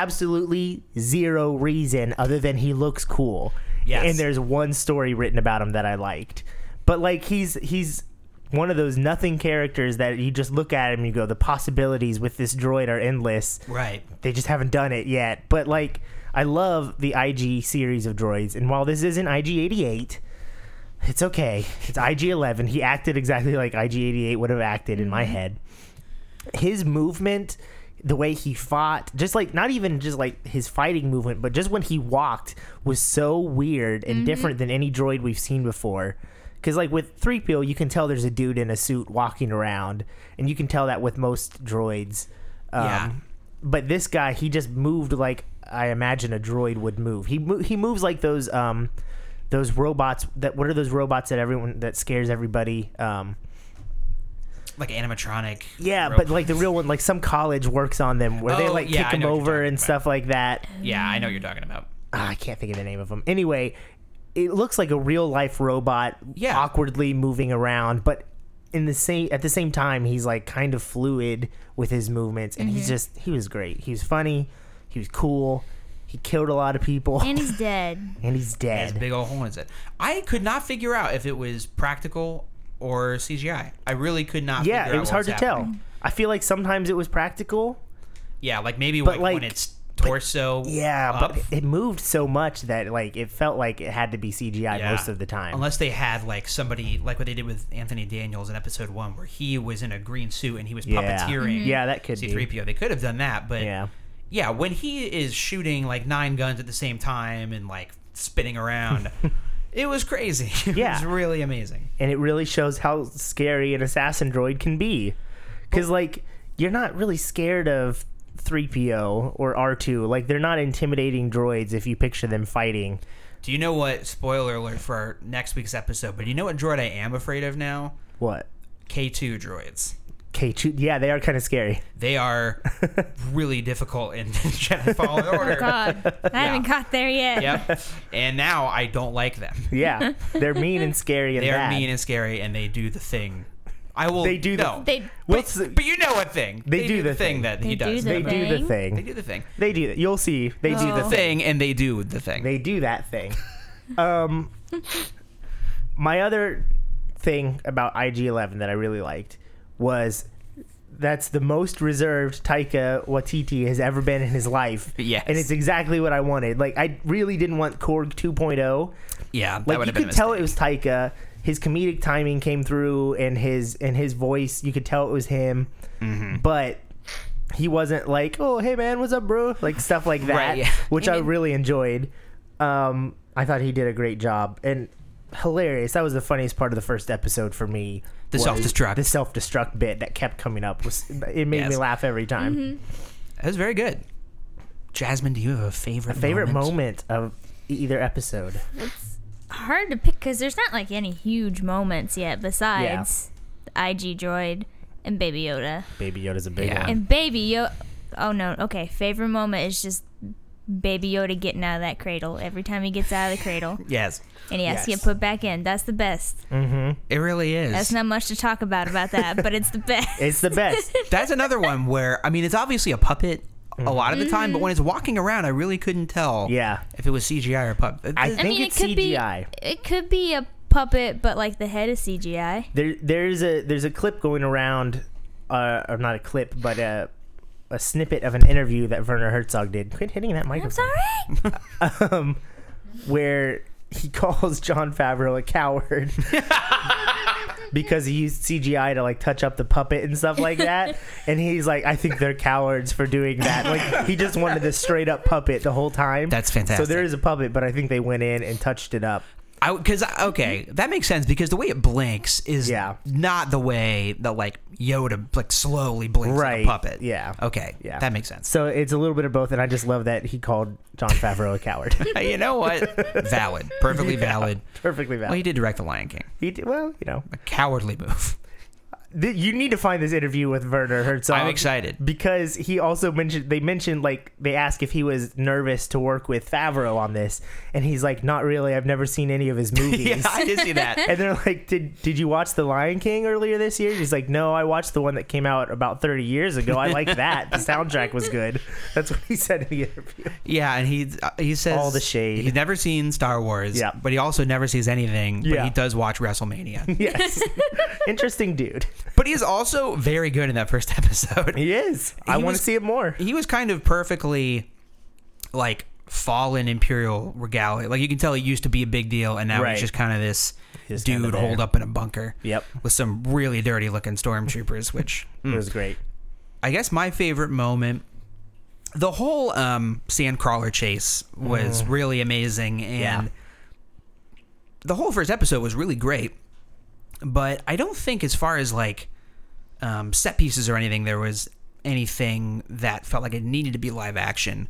Speaker 2: absolutely zero reason other than he looks cool.
Speaker 3: Yes.
Speaker 2: and there's one story written about him that I liked, but like he's he's one of those nothing characters that you just look at him and you go, the possibilities with this droid are endless
Speaker 3: Right.
Speaker 2: they just haven't done it yet. But like, I love the IG series of droids, and while this isn't IG eighty eight, it's okay. It's IG eleven. He acted exactly like IG eighty eight would have acted in my head. His movement, the way he fought, just like not even just like his fighting movement, but just when he walked was so weird and different than any droid we've seen before. Because like with three PO, you can tell there's a dude in a suit walking around, and you can tell that with most droids. Um,
Speaker 3: Yeah.
Speaker 2: but this guy he just moved like I imagine a droid would move. He mo- he moves like those um those robots that what are those robots that everyone that scares everybody um
Speaker 3: Like animatronic.
Speaker 2: yeah
Speaker 3: rope.
Speaker 2: but like the real one like some college works on them where they
Speaker 3: Oh,
Speaker 2: like
Speaker 3: yeah, I
Speaker 2: kick them
Speaker 3: know what you're
Speaker 2: over
Speaker 3: talking
Speaker 2: and
Speaker 3: about.
Speaker 2: stuff like that
Speaker 3: Yeah, I know what you're talking about.
Speaker 2: Ah, I can't think of the name of them anyway it looks like a real life robot
Speaker 3: Yeah.
Speaker 2: awkwardly moving around but in the same at the same time he's like kind of fluid with his movements and
Speaker 3: Mm-hmm.
Speaker 2: he's just he was great he was funny he was cool he killed a lot of people
Speaker 4: And he's dead.
Speaker 2: and he's
Speaker 3: It's a
Speaker 2: dead.
Speaker 3: big old hole in it. I could not figure out if it was practical or CGI. I really could not.
Speaker 2: Yeah,
Speaker 3: figure
Speaker 2: it
Speaker 3: out
Speaker 2: was
Speaker 3: what
Speaker 2: hard to
Speaker 3: happening.
Speaker 2: tell. I feel like sometimes it was practical.
Speaker 3: Yeah, like maybe
Speaker 2: But,
Speaker 3: like, when
Speaker 2: like-
Speaker 3: it's torso.
Speaker 2: Yeah,
Speaker 3: up.
Speaker 2: but it moved so much that like it felt like it had to be CGI
Speaker 3: Yeah.
Speaker 2: most of the time.
Speaker 3: Unless they had like somebody like what they did with Anthony Daniels in episode one, where he was in a green suit and he was
Speaker 2: yeah. Mm-hmm.
Speaker 3: puppeteering.
Speaker 2: Yeah, that could be.
Speaker 3: C3PO. They could have done that, but
Speaker 2: Yeah.
Speaker 3: yeah, when he is shooting like nine guns at the same time and like spinning around, it was crazy. It
Speaker 2: Yeah.
Speaker 3: was really amazing.
Speaker 2: and it really shows how scary an assassin droid can be. Because, like, you're not really scared of 3PO or R2. Like, they're not intimidating droids if you picture them fighting.
Speaker 3: Do you know what? Spoiler alert for our next week's episode, but you know what droid I am afraid of now?
Speaker 2: What?
Speaker 3: K2 droids.
Speaker 2: K2? Yeah, they are kind of scary.
Speaker 3: They are really difficult in
Speaker 2: Oh
Speaker 3: Jedi Fallen Order.
Speaker 4: God, I haven't got there yet.
Speaker 3: Yep. And now I don't like them.
Speaker 2: Yeah, they're mean and scary and
Speaker 3: They are
Speaker 2: bad.
Speaker 3: mean and scary, and they do the thing. I will.
Speaker 2: They do the-
Speaker 3: no.
Speaker 4: They
Speaker 2: What's
Speaker 3: but,
Speaker 2: the-
Speaker 3: but you know a thing.
Speaker 2: They do the
Speaker 3: thing,
Speaker 2: thing.
Speaker 3: that
Speaker 4: They
Speaker 3: he
Speaker 4: do
Speaker 3: does.
Speaker 4: the
Speaker 2: they do the
Speaker 4: Thing?
Speaker 2: thing.
Speaker 3: They do the thing.
Speaker 2: They do that. You'll see. They do the
Speaker 4: Oh.
Speaker 2: thing.
Speaker 3: Thing, and they do the thing.
Speaker 2: They do that thing. um, my other thing about IG11 that I really liked was that's the most reserved Taika Waititi has ever been in his life.
Speaker 3: Yes.
Speaker 2: And it's exactly what I wanted. Like, I really didn't want Korg oh. 2.0.
Speaker 3: yeah, that
Speaker 2: Like, you
Speaker 3: would have been
Speaker 2: could
Speaker 3: a
Speaker 2: tell
Speaker 3: mistake.
Speaker 2: it was Taika. His comedic timing came through and his and his voice, you could tell it was him.
Speaker 3: Mm-hmm.
Speaker 2: But he wasn't like, "Oh, hey man, what's up, bro?" like stuff like that,
Speaker 3: Right, yeah.
Speaker 2: which I really enjoyed. Um, I thought he did a great job and hilarious. That was the funniest part of the first episode for me.
Speaker 3: The
Speaker 2: was
Speaker 3: self-destruct.
Speaker 2: the self destruct bit that kept coming up was it made me
Speaker 3: Yes.
Speaker 2: laugh every time.
Speaker 3: That was very good. Jasmine, do you have a favorite
Speaker 2: Favorite moment of e-, either episode.
Speaker 4: Hard to pick because there's not like any huge moments yet besides IG Droid and Baby Yoda.
Speaker 2: Baby Yoda's a big
Speaker 3: Yeah.
Speaker 2: one.
Speaker 4: And Baby Yoda. Oh no, okay. Favorite moment is just Baby Yoda getting out of that cradle. Every time he gets out of the cradle
Speaker 3: Yes,
Speaker 4: and he has to
Speaker 2: Yes.
Speaker 4: get put back in. That's the best.
Speaker 3: it really is.
Speaker 4: That's not much to talk about about that, but it's the best.
Speaker 2: It's the best.
Speaker 3: That's another one where I mean, it's obviously a puppet a lot of the time, but when it's walking around, I really couldn't tell.
Speaker 2: Mm-hmm. Yeah.
Speaker 3: if it was CGI or puppet.
Speaker 2: I
Speaker 4: I
Speaker 2: think
Speaker 4: mean, it
Speaker 2: it's
Speaker 4: could
Speaker 2: CGI.
Speaker 4: be. It could be a puppet, but like the head is CGI.
Speaker 2: there there's a there's a clip going around uh or not a clip but a a snippet of an interview that Werner Herzog did. Quit hitting that
Speaker 4: I'm
Speaker 2: microphone.
Speaker 4: sorry.
Speaker 2: Um, where he calls John Favreau a coward because he used CGI to like touch up the puppet and stuff like that. and he's like, I think they're cowards for doing that. Like he just wanted the straight up puppet the whole time.
Speaker 3: That's
Speaker 2: So there
Speaker 3: fantastic.
Speaker 2: is a puppet, but I think they went in and touched it up.
Speaker 3: I because okay, that makes sense because the way it blinks is
Speaker 2: Mm-hmm. Yeah.
Speaker 3: not the way that like Yoda like slowly blinks like
Speaker 2: Right,
Speaker 3: a puppet.
Speaker 2: yeah.
Speaker 3: Okay.
Speaker 2: Yeah.
Speaker 3: That makes sense.
Speaker 2: So it's a little bit of both, and I just love that he called John Favreau a coward.
Speaker 3: you know what? valid. Perfectly valid.
Speaker 2: Perfectly valid.
Speaker 3: Well, he did direct The Lion King.
Speaker 2: He did, well, you know,
Speaker 3: A cowardly move.
Speaker 2: th- you need to find this interview with Werner Herzog.
Speaker 3: I'm excited.
Speaker 2: because he also mentioned they mentioned like they asked if he was nervous to work with Favreau on this, and he's like, "Not really. I've never seen any of his movies."
Speaker 3: yeah, I did see that.
Speaker 2: And they're like, "Did did you watch The Lion King earlier this year?" He's like, "No, I watched the one that came out about 30 years ago. I like that. The soundtrack was good." That's what he said in the interview.
Speaker 3: Yeah, and he uh, he says
Speaker 2: All the shade.
Speaker 3: He's never seen Star Wars.
Speaker 2: Yeah.
Speaker 3: but he also never sees anything. But
Speaker 2: Yeah.
Speaker 3: he does watch WrestleMania.
Speaker 2: Yes, interesting dude.
Speaker 3: but he's also very good in that first episode.
Speaker 2: He is. I
Speaker 3: He
Speaker 2: want
Speaker 3: was-
Speaker 2: to see it more.
Speaker 3: he was kind of perfectly like fallen imperial regalia like you can tell he used to be a big deal and now
Speaker 2: Right.
Speaker 3: he's just kind of this
Speaker 2: He's kinda
Speaker 3: dude
Speaker 2: there.
Speaker 3: holed up in a bunker
Speaker 2: Yep.
Speaker 3: with some really dirty looking stormtroopers which
Speaker 2: It was great.
Speaker 3: i guess my favorite moment the whole um sandcrawler chase was really amazing and
Speaker 2: Mm. Yeah.
Speaker 3: the whole first episode was really great but i don't think as far as like um, set pieces or anything, there was anything that felt like it needed to be live action,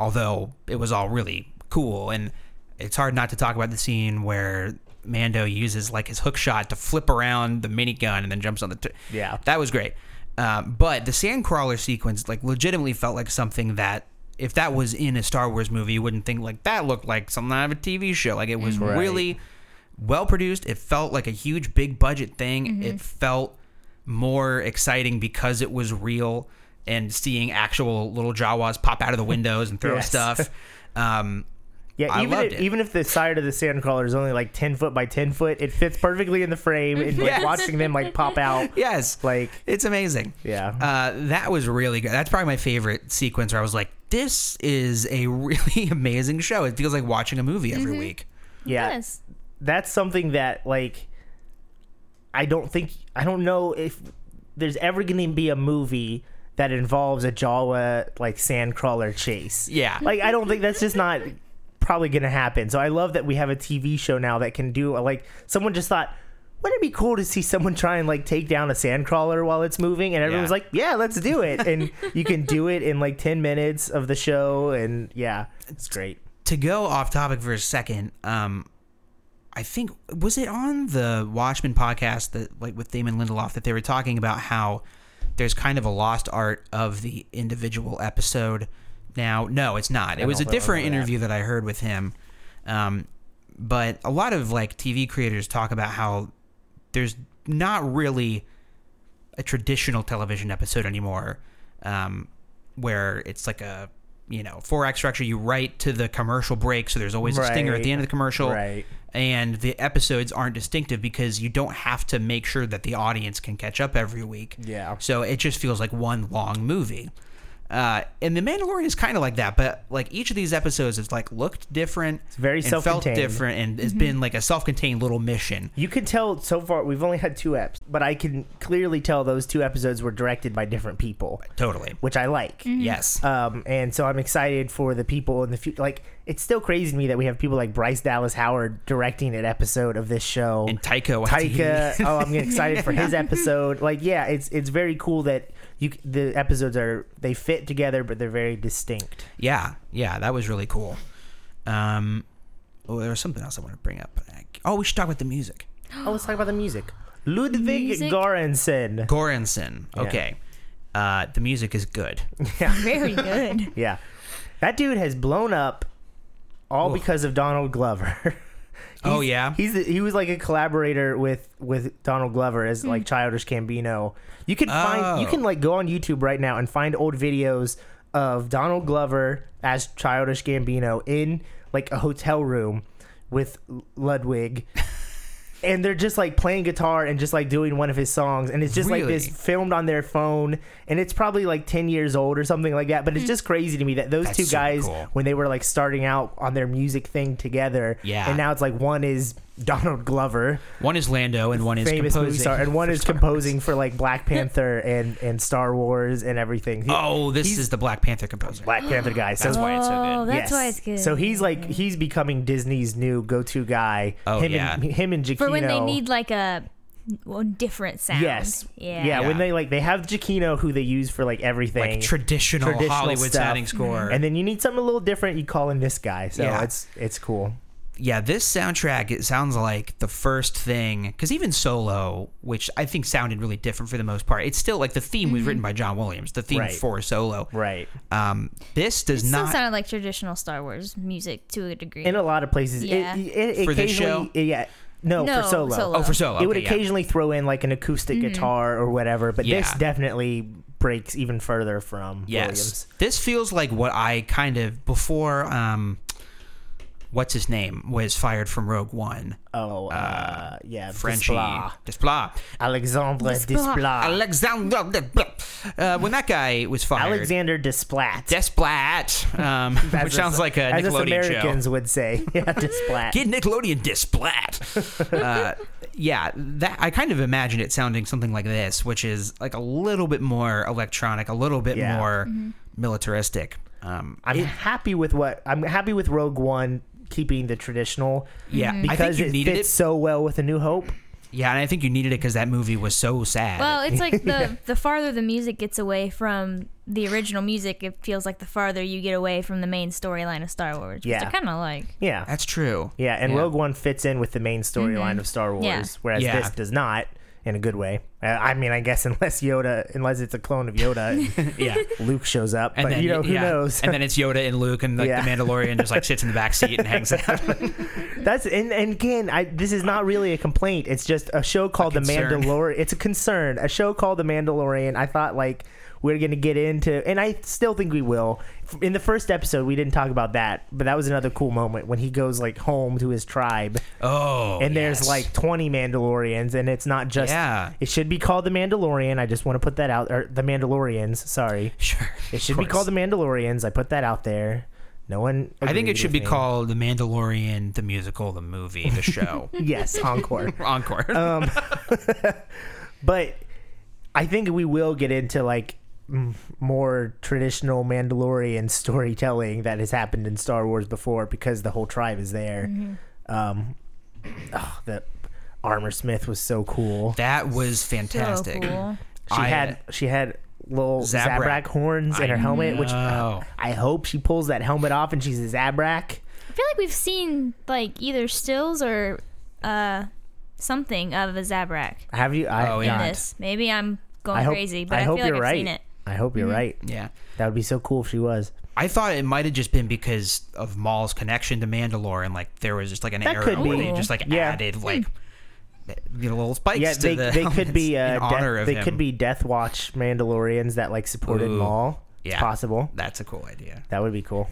Speaker 3: although it was all really cool. And it's hard not to talk about the scene where Mando uses like his hook shot to flip around the minigun and then jumps on the. T-
Speaker 2: Yeah.
Speaker 3: that was great. Um, but the sandcrawler sequence, like, legitimately felt like something that if that was in a Star Wars movie, you wouldn't think like that looked like something out of a TV show. Like it was
Speaker 2: Right.
Speaker 3: really well produced. It felt like a huge big budget thing.
Speaker 2: Mm-hmm.
Speaker 3: It felt more exciting because it was real and seeing actual little Jawas pop out of the windows and throw
Speaker 2: Yes.
Speaker 3: stuff. Um,
Speaker 2: Yeah,
Speaker 3: I
Speaker 2: even
Speaker 3: loved
Speaker 2: if,
Speaker 3: it.
Speaker 2: even if the side of the sandcrawler is only like ten foot by ten foot, it fits perfectly in the frame. And like,
Speaker 3: Yes.
Speaker 2: watching them like pop out,
Speaker 3: yes,
Speaker 2: like
Speaker 3: it's amazing.
Speaker 2: Yeah.
Speaker 3: uh, that was really good. That's probably my favorite sequence where I was like, "This is a really amazing show." It feels like watching a movie every
Speaker 2: Mm-hmm.
Speaker 3: week.
Speaker 2: yeah,
Speaker 4: Yes.
Speaker 2: that's something that like I don't think I don't know if there's ever going to be a movie that involves a Jawa like sandcrawler chase.
Speaker 3: Yeah.
Speaker 2: like I don't think that's just not probably going to happen. So I love that we have a TV show now that can do uh, like someone just thought. Wouldn't it be cool to see someone try and like take down a sandcrawler while it's moving? And everyone's
Speaker 3: Yeah.
Speaker 2: like, "Yeah, let's do it!" And you can do it in like ten minutes of the show, and yeah, it's great.
Speaker 3: to go off topic for a second, um, I think was it on the Watchmen podcast that like with Damon Lindelof that they were talking about how there's kind of a lost art of the individual episode now. No, it's not. It was a
Speaker 2: don't know
Speaker 3: different
Speaker 2: about that.
Speaker 3: interview that I heard with him. Um, but a lot of like TV creators talk about how there's not really a traditional television episode anymore, um, where it's like a you know four act structure. You write to the commercial break, so there's always a stinger at the
Speaker 2: Right.
Speaker 3: end of the commercial,
Speaker 2: Right.
Speaker 3: and the episodes aren't distinctive because you don't have to make sure that the audience can catch up every week.
Speaker 2: Yeah.
Speaker 3: So it just feels like one long movie. Uh, and the Mandalorian is kind of like that, but like each of these episodes has like looked different, it's
Speaker 2: very
Speaker 3: and felt
Speaker 2: self-contained. Mm-hmm.
Speaker 3: different, and it's been like a self-contained little mission.
Speaker 2: You can tell so far we've only had two eps, but I can clearly tell those two episodes were directed by different people,
Speaker 3: Totally.
Speaker 2: which I like.
Speaker 3: Yes.
Speaker 2: Um, and so I'm excited for the people in the future. Like, it's still crazy to me that we have people like Bryce Dallas Howard directing an episode of this show.
Speaker 3: and Taika. Waititi.
Speaker 2: Taika, oh, I'm excited for his episode. Like, yeah, it's it's very cool that you c- the episodes are they fit together, but they're very distinct.
Speaker 3: Yeah, yeah, that was really cool. Um, oh, there was something else I want to bring up. but I- Oh, we should talk about the music.
Speaker 2: Oh, let's talk about the music. Ludwig
Speaker 4: Music?
Speaker 2: Göransson.
Speaker 3: Goranson. Okay. Uh, the music is good.
Speaker 4: Very good.
Speaker 2: Yeah. That dude has blown up all
Speaker 3: Oof.
Speaker 2: because of Donald Glover.
Speaker 3: Oh, yeah?
Speaker 2: He's he was like a collaborator with with Donald Glover as like Childish Gambino. You can find you
Speaker 3: Hmm. Oh.
Speaker 2: can like go on YouTube right now and find old videos of Donald Glover as Childish Gambino in like a hotel room with Ludwig. And they're just like playing guitar and just like doing one of his songs, and it's just like this
Speaker 3: Really?
Speaker 2: filmed on their phone, and it's probably like ten years old or something like that. But it's just crazy to me that those
Speaker 3: Hmm. That's
Speaker 2: two
Speaker 3: super
Speaker 2: guys,
Speaker 3: cool.
Speaker 2: when they were like starting out on their music thing together,
Speaker 3: Yeah.
Speaker 2: and now it's like one is Donald Glover,
Speaker 3: One is Lando, and one is
Speaker 2: famous
Speaker 3: composing.
Speaker 2: movie star, and one
Speaker 3: for
Speaker 2: is
Speaker 3: Star Wars.
Speaker 2: composing for like Black Panther and and Star Wars and everything. He-
Speaker 3: Oh, this is the Black Panther composer.
Speaker 2: Black Panther guy. So
Speaker 3: That's why it's so
Speaker 4: Oh,
Speaker 3: good.
Speaker 2: yes.
Speaker 4: that's why it's good.
Speaker 2: So he's like he's becoming Disney's new go-to guy.
Speaker 3: Oh,
Speaker 2: him
Speaker 3: yeah.
Speaker 2: and him and Giacchino.
Speaker 4: for when they need like a well, different sound.
Speaker 2: Yes.
Speaker 4: Yeah.
Speaker 2: yeah. When
Speaker 3: Yeah.
Speaker 2: they like they have Giacchino, who they use for like everything,
Speaker 3: Like traditional,
Speaker 2: Traditional
Speaker 3: Hollywood
Speaker 2: stuff.
Speaker 3: sounding score.
Speaker 2: and then you need something a little different, you call in this guy. So
Speaker 3: Yeah.
Speaker 2: it's it's cool.
Speaker 3: yeah, this soundtrack it sounds like the first thing because even Solo, which I think sounded really different for the most part, it's still like the theme was written by John Williams, the theme
Speaker 2: Mm-hmm. Right.
Speaker 3: for Solo.
Speaker 2: Right.
Speaker 3: Um, this does
Speaker 4: Still
Speaker 3: not.
Speaker 4: sounded like traditional Star Wars music to a degree.
Speaker 2: In a lot of places. It-
Speaker 4: Yeah.
Speaker 2: It, it,
Speaker 3: For this
Speaker 2: occasionally- Yeah. No,
Speaker 4: no, Mm-hmm.
Speaker 2: for solo.
Speaker 3: oh, for Solo,
Speaker 2: It would
Speaker 3: okay, yeah.
Speaker 2: occasionally throw in like an acoustic guitar or whatever, but this
Speaker 3: Yeah.
Speaker 2: definitely breaks even further from Williams.
Speaker 3: This feels like what I kind of before um what's his name was fired from Rogue One.
Speaker 2: Oh, uh, yeah.
Speaker 3: Frenchie
Speaker 2: Desplat.
Speaker 3: Desplat.
Speaker 2: Alexandre
Speaker 4: Desplat.
Speaker 2: Desplat.
Speaker 3: Alexander Desplat. Uh, when that guy was fired.
Speaker 2: Alexander Desplat.
Speaker 3: Desplat. Um,
Speaker 2: As
Speaker 3: which
Speaker 2: us-
Speaker 3: sounds like a
Speaker 2: as us
Speaker 3: Nickelodeon show.
Speaker 2: Americans would say. Yeah, Desplat.
Speaker 3: Get Nickelodeon Desplat. uh, yeah, that I kind of imagined it sounding something like this, which is like a little bit more electronic, a little bit
Speaker 2: Yeah.
Speaker 3: more militaristic. Um,
Speaker 2: I'm happy with what I'm happy with Rogue One keeping the traditional.
Speaker 3: Yeah, I think
Speaker 2: because
Speaker 3: you
Speaker 2: it
Speaker 3: needed
Speaker 2: fits
Speaker 3: it.
Speaker 2: so well with A New Hope.
Speaker 3: Yeah, and I think you needed it because that movie was so sad.
Speaker 4: Well, it's like the the farther the music gets away from the original music, it feels like the farther you get away from the main storyline of Star Wars. Which
Speaker 2: Yeah.
Speaker 4: I kind of like.
Speaker 2: Yeah,
Speaker 3: That's true.
Speaker 2: yeah, and
Speaker 3: Yeah.
Speaker 2: Rogue One fits in with the main storyline of Star Wars,
Speaker 4: Yeah.
Speaker 2: whereas
Speaker 3: Yeah.
Speaker 2: this does not in a good way. Uh, I mean, I guess unless Yoda, unless it's a clone of Yoda, and
Speaker 3: Yeah.
Speaker 2: Luke shows up, but you know who
Speaker 3: yeah.
Speaker 2: knows.
Speaker 3: And then it's Yoda and Luke, and like
Speaker 2: Yeah.
Speaker 3: the Mandalorian just like sits in the back seat and hangs out.
Speaker 2: That's and, and again, I, this is not really a complaint. It's just a show called The
Speaker 3: concern.
Speaker 2: Mandalorian. It's a concern. A show called The Mandalorian. I thought like we're gonna get into, and I still think we will. F- In the first episode, we didn't talk about that, but that was another cool moment when he goes like home to his tribe,
Speaker 3: Oh,
Speaker 2: and there's
Speaker 3: yes.
Speaker 2: like 20 Mandalorians, and it's not just.
Speaker 3: Yeah.
Speaker 2: It should be called The Mandalorian. I just want to put that out, or The Mandalorians. Sorry,
Speaker 3: sure.
Speaker 2: it should be called The Mandalorians. I put that out there. No one.
Speaker 3: I think
Speaker 2: agreed
Speaker 3: it should
Speaker 2: with
Speaker 3: be
Speaker 2: me.
Speaker 3: called The Mandalorian, the musical, the movie, the show,
Speaker 2: Yes, encore.
Speaker 3: encore.
Speaker 2: Oh, but I think we will get into like m- more traditional Mandalorian storytelling that has happened in Star Wars before because the whole tribe is there. Um, oh, the armor smith was so cool.
Speaker 3: that was
Speaker 4: So
Speaker 3: fantastic.
Speaker 4: Oh, cool.
Speaker 2: She
Speaker 3: I-
Speaker 2: had she had little
Speaker 3: Zabrak.
Speaker 2: Zabrak, horns in her
Speaker 3: uh,
Speaker 2: helmet, which uh,
Speaker 3: know.
Speaker 2: I hope she pulls that helmet off and she's a Zabrak.
Speaker 4: I feel like we've seen like either stills or uh something of a Zabrak
Speaker 2: Have you? I,
Speaker 3: Oh,
Speaker 4: in
Speaker 3: yeah. Not.
Speaker 4: this. Maybe I'm going
Speaker 2: I hope,
Speaker 4: crazy, but
Speaker 2: I
Speaker 4: I,
Speaker 2: hope
Speaker 4: feel like
Speaker 2: you're
Speaker 4: I've
Speaker 2: right.
Speaker 4: seen it.
Speaker 2: I hope you're right.
Speaker 3: Mm-hmm. Yeah.
Speaker 2: That would be so cool if she was.
Speaker 3: I thought it might have just been because of Maul's connection to Mandalore, and like there was just like an
Speaker 2: That
Speaker 3: error
Speaker 2: could
Speaker 3: where
Speaker 2: be.
Speaker 3: they just like
Speaker 2: Yeah.
Speaker 3: added like you know, little spikes
Speaker 2: Yeah,
Speaker 3: to
Speaker 2: they,
Speaker 3: the
Speaker 2: they could be
Speaker 3: helmets
Speaker 2: uh,
Speaker 3: in honor
Speaker 2: death,
Speaker 3: of
Speaker 2: they
Speaker 3: him.
Speaker 2: could be Death Watch Mandalorians that like supported
Speaker 3: Ooh,
Speaker 2: Maul. It's
Speaker 3: yeah.
Speaker 2: possible.
Speaker 3: That's a cool idea.
Speaker 2: That would be cool.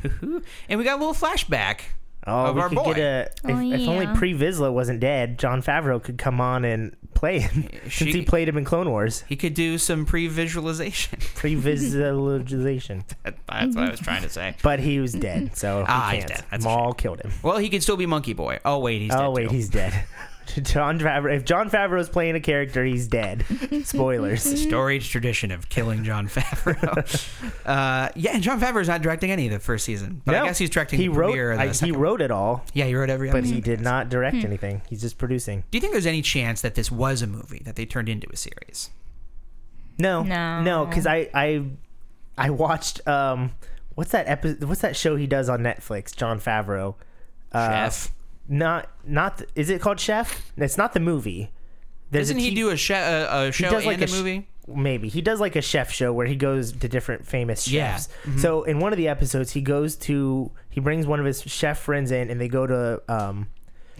Speaker 3: And we got a little flashback
Speaker 2: Oh,
Speaker 3: of
Speaker 2: we
Speaker 3: our
Speaker 2: could
Speaker 3: boy.
Speaker 2: get a. If,
Speaker 4: Oh,
Speaker 2: if only
Speaker 4: yeah.
Speaker 2: Pre Vizsla wasn't dead, John Favreau could come on and play him since
Speaker 3: She-
Speaker 2: he played him in Clone Wars.
Speaker 3: he could do some pre-visualization.
Speaker 2: Pre Visualization,
Speaker 3: That's what I was trying to say.
Speaker 2: but he was dead, so he
Speaker 3: Ah, he's
Speaker 2: can't.
Speaker 3: dead. That's a
Speaker 2: Maul killed him.
Speaker 3: Well, he could still be Monkey Boy. Oh wait, he's
Speaker 2: oh
Speaker 3: dead
Speaker 2: wait,
Speaker 3: too.
Speaker 2: he's dead. John Favreau. If John Favreau is playing a character, he's dead. Spoilers.
Speaker 3: storied tradition of killing John Favreau. uh, yeah, and John Favreau's not directing any of the first season, but
Speaker 2: No.
Speaker 3: I guess he's directing
Speaker 2: He
Speaker 3: the
Speaker 2: wrote.
Speaker 3: premiere. Of the
Speaker 2: I, he
Speaker 3: second- Mm.
Speaker 2: wrote it all,
Speaker 3: yeah, he wrote every
Speaker 2: but
Speaker 3: episode.
Speaker 2: he did not direct anything. He's just producing.
Speaker 3: Do you think there's any chance that this was a movie that they turned into a series?
Speaker 2: No,
Speaker 4: No.
Speaker 2: no, because I, I, I watched um, what's that episode? What's that show he does on Netflix? John Favreau. Uh,
Speaker 3: Chef.
Speaker 2: Not, not. th- is it called Chef? It's not the movie. There's
Speaker 3: Doesn't he
Speaker 2: t-
Speaker 3: do a, she- a, a show
Speaker 2: does, like,
Speaker 3: and
Speaker 2: a
Speaker 3: a,
Speaker 2: sh-
Speaker 3: movie?
Speaker 2: Maybe he does like a chef show where he goes to different famous
Speaker 3: Yeah. Mm-hmm.
Speaker 2: chefs. So in one of the episodes, he goes to he brings one of his chef friends in, and they go to um,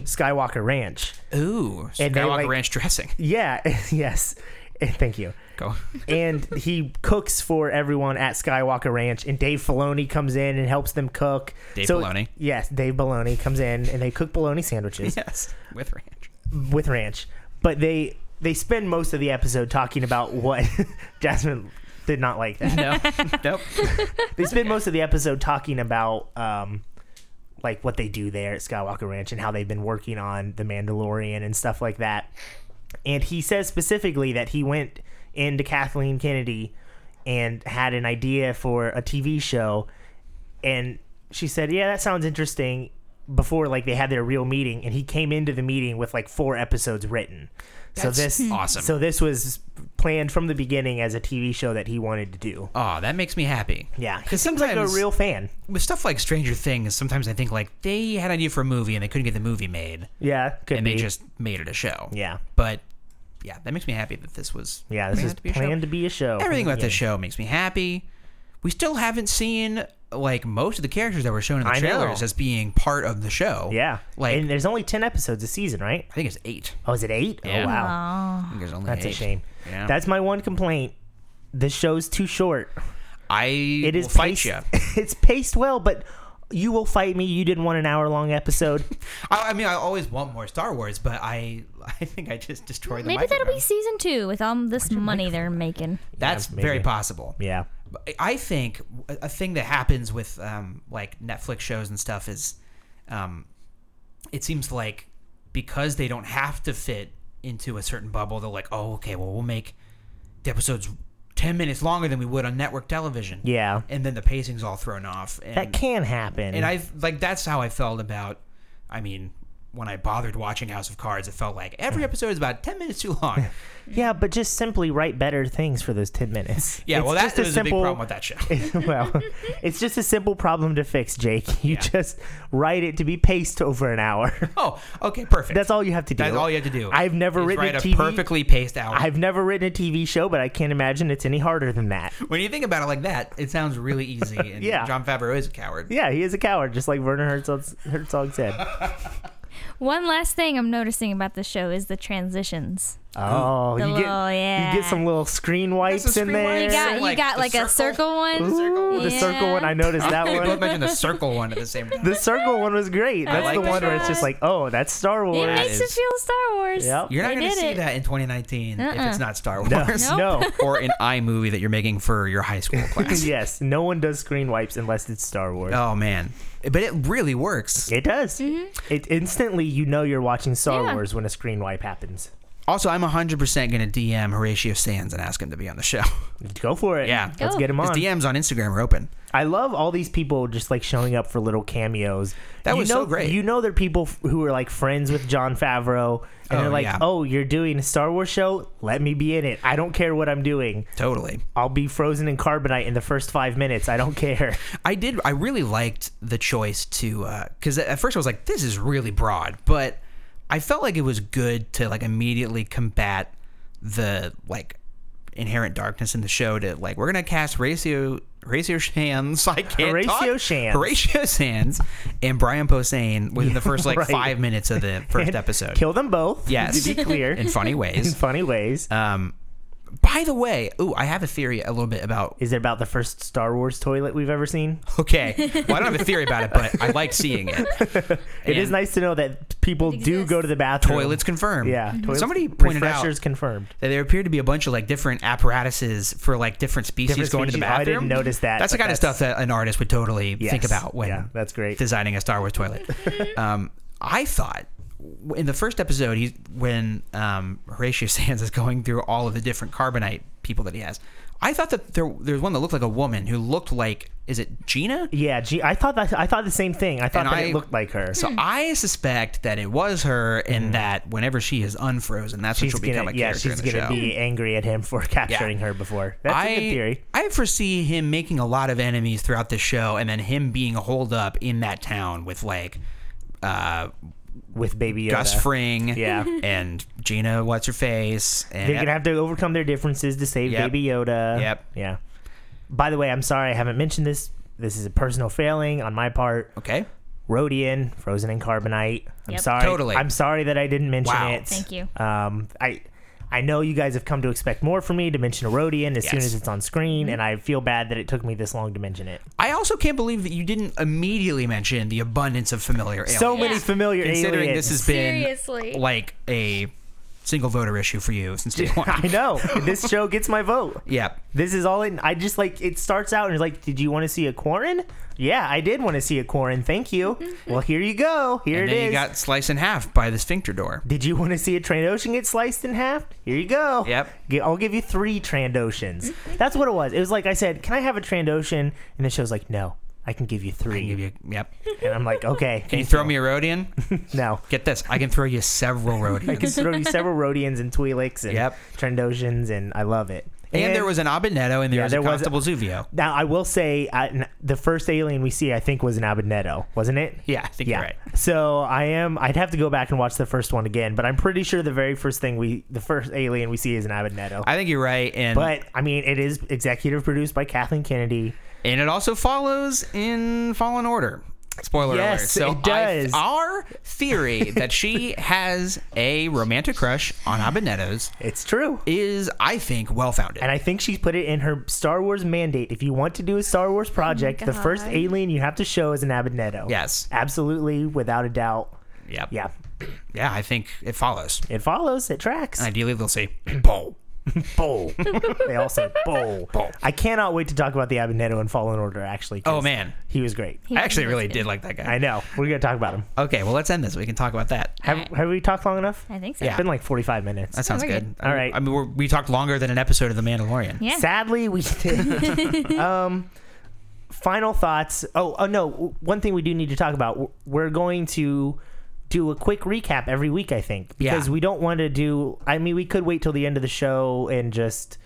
Speaker 2: Skywalker Ranch.
Speaker 3: Ooh,
Speaker 2: And they,
Speaker 3: Skywalker
Speaker 2: like-
Speaker 3: Ranch dressing.
Speaker 2: Yeah. yes. Eh, Thank you.
Speaker 3: Go.
Speaker 2: and he cooks for everyone at Skywalker Ranch. And Dave Filoni comes in and helps them cook.
Speaker 3: Dave Filoni.
Speaker 2: Yes, Dave Filoni comes in and they cook bologna sandwiches
Speaker 3: yes, with ranch.
Speaker 2: with ranch. But they they spend most of the episode talking about what Jasmine did not like that.
Speaker 3: No, nope.
Speaker 2: They spend most of the episode talking about um, like what they do there at Skywalker Ranch and how they've been working on the Mandalorian and stuff like that. And he says specifically that he went into Kathleen Kennedy and had an idea for a TV show, and she said, "Yeah, that sounds interesting." before like they had their real meeting and he came into the meeting with like four episodes written. so
Speaker 3: That's
Speaker 2: this
Speaker 3: awesome.
Speaker 2: So this was planned from the beginning as a TV show that he wanted to do.
Speaker 3: Oh, that makes me happy.
Speaker 2: Yeah. He
Speaker 3: because
Speaker 2: seems like
Speaker 3: sometimes
Speaker 2: a real fan.
Speaker 3: with stuff like Stranger Things, sometimes I think like they had an idea for a movie and they couldn't get the movie made,
Speaker 2: Yeah. Could
Speaker 3: and
Speaker 2: be.
Speaker 3: they just made it a show.
Speaker 2: Yeah.
Speaker 3: but yeah, that makes me happy that this was
Speaker 2: Yeah, this
Speaker 3: planned
Speaker 2: is
Speaker 3: to be a show.
Speaker 2: planned to be a show.
Speaker 3: Everything about this
Speaker 2: Yeah.
Speaker 3: show makes me happy. We still haven't seen like most of the characters that were shown in the
Speaker 2: I know.
Speaker 3: trailers as being part of the show.
Speaker 2: Yeah.
Speaker 3: like
Speaker 2: and there's only 10 episodes a season, right?
Speaker 3: I think it's eight.
Speaker 2: Oh, is it eight?
Speaker 3: Yeah.
Speaker 2: Oh, wow.
Speaker 4: Aw.
Speaker 3: I think there's only
Speaker 2: That's
Speaker 3: eight.
Speaker 2: a shame.
Speaker 3: Yeah.
Speaker 2: That's my one complaint. The show's too short.
Speaker 3: I
Speaker 2: It is
Speaker 3: will fight
Speaker 2: paced,
Speaker 3: you.
Speaker 2: It's paced well, but you will fight me. You didn't want an hour long episode.
Speaker 3: I, I mean, I always want more Star Wars, but I I think I just destroyed the
Speaker 4: Maybe that'll be
Speaker 3: microphone.
Speaker 4: season two with all this money they're making.
Speaker 3: That's
Speaker 2: Yeah, maybe.
Speaker 3: very possible.
Speaker 2: yeah.
Speaker 3: But I think a a thing that happens with um, like Netflix shows and stuff is, um, it seems like because they don't have to fit into a certain bubble, they're like, oh, okay, well, we'll make the episodes ten minutes longer than we would on network television.
Speaker 2: Yeah.
Speaker 3: and then the pacing's all thrown off. And,
Speaker 2: That can happen.
Speaker 3: and I like that's how I felt about. I mean, when I bothered watching House of Cards, it felt like every episode is about ten minutes too long.
Speaker 2: yeah, but just simply write better things for those 10 minutes.
Speaker 3: Yeah,
Speaker 2: It's
Speaker 3: well, that
Speaker 2: just a
Speaker 3: was a big
Speaker 2: simple-
Speaker 3: problem with that show.
Speaker 2: well, it's just a simple problem to fix, Jake. You
Speaker 3: Yeah.
Speaker 2: just write it to be paced over an hour.
Speaker 3: Oh, okay, perfect.
Speaker 2: That's all you have to do.
Speaker 3: That's all you have to do.
Speaker 2: I've never
Speaker 3: is
Speaker 2: written
Speaker 3: write
Speaker 2: a
Speaker 3: a
Speaker 2: TV.
Speaker 3: perfectly paced hour.
Speaker 2: I've never written a TV show, but I can't imagine it's any harder than that.
Speaker 3: when you think about it like that, it sounds really easy. And
Speaker 2: Yeah.
Speaker 3: John Favreau is a coward.
Speaker 2: Yeah, he is a coward, just like Werner Herzog, Herzog said.
Speaker 4: One last thing I'm noticing about the show is the transitions.
Speaker 2: Oh,
Speaker 4: The
Speaker 2: you get
Speaker 4: little- yeah.
Speaker 2: you get some little screen wipes in
Speaker 3: some screen
Speaker 2: there.
Speaker 4: You
Speaker 3: wipes.
Speaker 4: got
Speaker 3: So,
Speaker 4: you
Speaker 3: like,
Speaker 4: got
Speaker 3: the
Speaker 4: like a circle
Speaker 3: circle?
Speaker 4: one.
Speaker 2: Ooh, the
Speaker 4: Yeah.
Speaker 2: circle one. I noticed that
Speaker 3: We both
Speaker 2: one.
Speaker 3: mentioned the circle one at the same time.
Speaker 2: The circle one was great. That's
Speaker 3: like
Speaker 2: the
Speaker 3: the
Speaker 2: one where it's
Speaker 3: circle
Speaker 2: just
Speaker 4: one.
Speaker 2: like, oh, that's Star
Speaker 4: It
Speaker 2: Wars.
Speaker 4: makes you
Speaker 3: is-
Speaker 4: feel Star Wars.
Speaker 2: Yep.
Speaker 3: You're not
Speaker 4: They
Speaker 3: going to
Speaker 4: did
Speaker 3: see
Speaker 4: it.
Speaker 3: that in 2019 if
Speaker 4: Uh-uh.
Speaker 3: it's not Star
Speaker 2: No,
Speaker 3: Wars
Speaker 2: no.
Speaker 3: or an iMovie that you're making for your high school class.
Speaker 2: yes, no one does screen wipes unless it's Star Wars.
Speaker 3: Oh man, but it really works.
Speaker 2: It does. It instantly you know you're watching Star
Speaker 4: Mm-hmm. Yeah.
Speaker 2: Wars when a screen wipe happens.
Speaker 3: Also, I'm 100% going to DM Horatio Sands and ask him to be on the show.
Speaker 2: Go for it.
Speaker 3: Yeah.
Speaker 2: let's
Speaker 4: Go.
Speaker 2: get him
Speaker 3: His
Speaker 2: on.
Speaker 3: DMs on Instagram are open.
Speaker 2: I love all these people just like showing up for little cameos.
Speaker 3: That
Speaker 2: you
Speaker 3: was
Speaker 2: know,
Speaker 3: so great.
Speaker 2: You know, they're people f- who are like friends with John Favreau, and
Speaker 3: Oh,
Speaker 2: they're like,
Speaker 3: yeah.
Speaker 2: "Oh, you're doing a Star Wars show? Let me be in it. I don't care what I'm doing.
Speaker 3: Totally.
Speaker 2: I'll be frozen in carbonite in the first five minutes. I don't care."
Speaker 3: I did. I really liked the choice to because at first I was like, this is really broad, but I felt like it was good to like immediately combat the like inherent darkness in the show. To like, we're gonna cast Horatio Horatio Sands. I can't
Speaker 2: Horatio
Speaker 3: talk.
Speaker 2: Sands.
Speaker 3: Horatio Sands, and Brian Posehn within the first like
Speaker 2: right.
Speaker 3: five minutes of the first episode.
Speaker 2: Kill them both.
Speaker 3: Yes.
Speaker 2: to be clear,
Speaker 3: in funny
Speaker 2: in
Speaker 3: ways.
Speaker 2: funny ways.
Speaker 3: Um, by the way, ooh, I have a theory a little bit about.
Speaker 2: Is it about the first Star Wars toilet we've ever seen?
Speaker 3: Okay, well, I don't have a theory about it, but I like seeing it.
Speaker 2: It is nice to know that people do
Speaker 4: exists. Mhm.
Speaker 2: go to the bathroom.
Speaker 3: Toilets confirmed.
Speaker 2: Yeah. toilets-
Speaker 3: Somebody pointed out
Speaker 2: refreshers confirmed.
Speaker 3: that there appeared to be a bunch of like different apparatuses for like different species
Speaker 2: Different
Speaker 3: going to the
Speaker 2: species. Oh,
Speaker 3: bathroom.
Speaker 2: I didn't notice that,
Speaker 3: That's the
Speaker 2: but
Speaker 3: kind of
Speaker 2: that's-
Speaker 3: stuff that an artist would totally think
Speaker 2: Yes.
Speaker 3: about when
Speaker 2: Yeah, that's great.
Speaker 3: designing a Star Wars toilet. um, I thought w- in the first episode, he's, when um, Horatio Sands is going through all of the different carbonite people that he has, I thought that there there's one that looked like a woman who looked like is it Gina?
Speaker 2: Yeah, gee, I thought that I thought the same thing. I thought
Speaker 3: And
Speaker 2: that
Speaker 3: I-
Speaker 2: it looked like her.
Speaker 3: So I suspect that it was her, and that whenever she is unfrozen, that's
Speaker 2: Hmm. she's
Speaker 3: what she'll become
Speaker 2: gonna
Speaker 3: a
Speaker 2: yeah,
Speaker 3: character
Speaker 2: she's
Speaker 3: in the
Speaker 2: gonna
Speaker 3: show.
Speaker 2: be angry at him for capturing her before. That's
Speaker 3: I
Speaker 2: a good theory.
Speaker 3: I foresee him making a lot of enemies throughout the show, and then him being holed up in that town with like uh,
Speaker 2: With Baby Yoda,
Speaker 3: Gus Fring,
Speaker 2: Yeah.
Speaker 3: and Gina, what's her face, and
Speaker 2: they're gonna have to overcome their differences to save
Speaker 3: Yep.
Speaker 2: Baby Yoda.
Speaker 3: Yep.
Speaker 2: Yeah. By the way, I'm sorry I haven't mentioned this. This is a personal failing on my part.
Speaker 3: okay,
Speaker 2: Rhodian, frozen in carbonite. I'm
Speaker 4: Yep.
Speaker 2: sorry.
Speaker 3: Totally.
Speaker 2: I'm sorry that I didn't mention
Speaker 3: Wow.
Speaker 2: it.
Speaker 4: Thank you.
Speaker 2: Um, I I know you guys have come to expect more from me to mention a Rhodian as soon
Speaker 3: Yes. Mm-hmm.
Speaker 2: as it's on screen, and I feel bad that it took me this long to mention it.
Speaker 3: I also can't believe that you didn't immediately mention the abundance of familiar aliens.
Speaker 2: So many familiar
Speaker 3: considering
Speaker 2: aliens.
Speaker 3: this has been
Speaker 4: Seriously.
Speaker 3: like a single voter issue for you since day one.
Speaker 2: I know this show gets my vote.
Speaker 3: Yeah.
Speaker 2: This is all in. I just like it starts out and it's like, did you want to see a Quarren? Yeah, I did want to see a Quarren. Thank you. well, here you go. Here
Speaker 3: Mm-hmm. And
Speaker 2: it
Speaker 3: then
Speaker 2: is.
Speaker 3: you got sliced in half by the sphincter door.
Speaker 2: did you want to see a Trandoshan get sliced in half? Here you go.
Speaker 3: Yep. Mm-hmm.
Speaker 2: G- I'll give you three Trandoshans. That's what it was. It was like I said, can I have a Trandoshan? And the show's like, no. I can give you three.
Speaker 3: Give you, yep.
Speaker 2: and I'm like, okay.
Speaker 3: Can you throw me a Rhodian?
Speaker 2: No.
Speaker 3: Get this. I can throw you several
Speaker 2: I can
Speaker 3: Rhodians.
Speaker 2: throw you several Rhodians and Twi'leks and
Speaker 3: Yep.
Speaker 2: Trendoshans, and I love it.
Speaker 3: And there was an Abednego and there
Speaker 2: Yeah,
Speaker 3: was
Speaker 2: there
Speaker 3: a
Speaker 2: was-
Speaker 3: Constable Zuvio.
Speaker 2: Now, I will say, I n the first alien we see, I think, was an Abednego, wasn't it?
Speaker 3: Yeah, I think you're right.
Speaker 2: So I am. I'd have to go back and watch the first one again, but I'm pretty sure the very first thing we, the first alien we see, is an Abednego.
Speaker 3: I think you're right. And
Speaker 2: but I mean, it is executive produced by Kathleen Kennedy.
Speaker 3: and it also follows in Fallen Order. Spoiler
Speaker 2: Yes,
Speaker 3: alert. So
Speaker 2: it
Speaker 3: I-
Speaker 2: does.
Speaker 3: our theory that she has a romantic crush on Abednetto's
Speaker 2: It's true.
Speaker 3: is, I think, well founded.
Speaker 2: and I think she's put it in her Star Wars mandate. If you want to do a Star Wars project, the first
Speaker 4: Oh God.
Speaker 2: alien you have to show is an Abednego.
Speaker 3: Yes.
Speaker 2: Absolutely, without a doubt.
Speaker 3: Yep.
Speaker 2: Yeah.
Speaker 3: Yeah, I think it follows.
Speaker 2: It follows, it tracks.
Speaker 3: Ideally, they'll say, Bo.
Speaker 2: bowl. they all say bowl.
Speaker 3: Bowl.
Speaker 2: I cannot wait to talk about the Abednego and Fallen Order, actually. 'cause
Speaker 3: Oh, man.
Speaker 2: He was great.
Speaker 4: He
Speaker 3: I actually
Speaker 4: was
Speaker 3: really
Speaker 4: good.
Speaker 3: did like that
Speaker 2: I
Speaker 3: guy.
Speaker 2: know. We're going to talk about him.
Speaker 3: Okay, well, let's end this. We can talk about that.
Speaker 2: Have, have we talked long enough?
Speaker 4: I think so.
Speaker 2: It's been like 45 minutes.
Speaker 3: That sounds
Speaker 4: we're
Speaker 3: good.
Speaker 4: good.
Speaker 2: All right.
Speaker 3: I mean, we're, we talked longer than an episode of The Mandalorian.
Speaker 4: Yeah.
Speaker 2: Sadly, we did. um, final thoughts. Oh, oh no! w- One thing we do need to talk about. w- We're going to do a quick recap every week, I think, because
Speaker 3: Yeah.
Speaker 2: we don't want to do. I mean, we could wait till the end of the show and just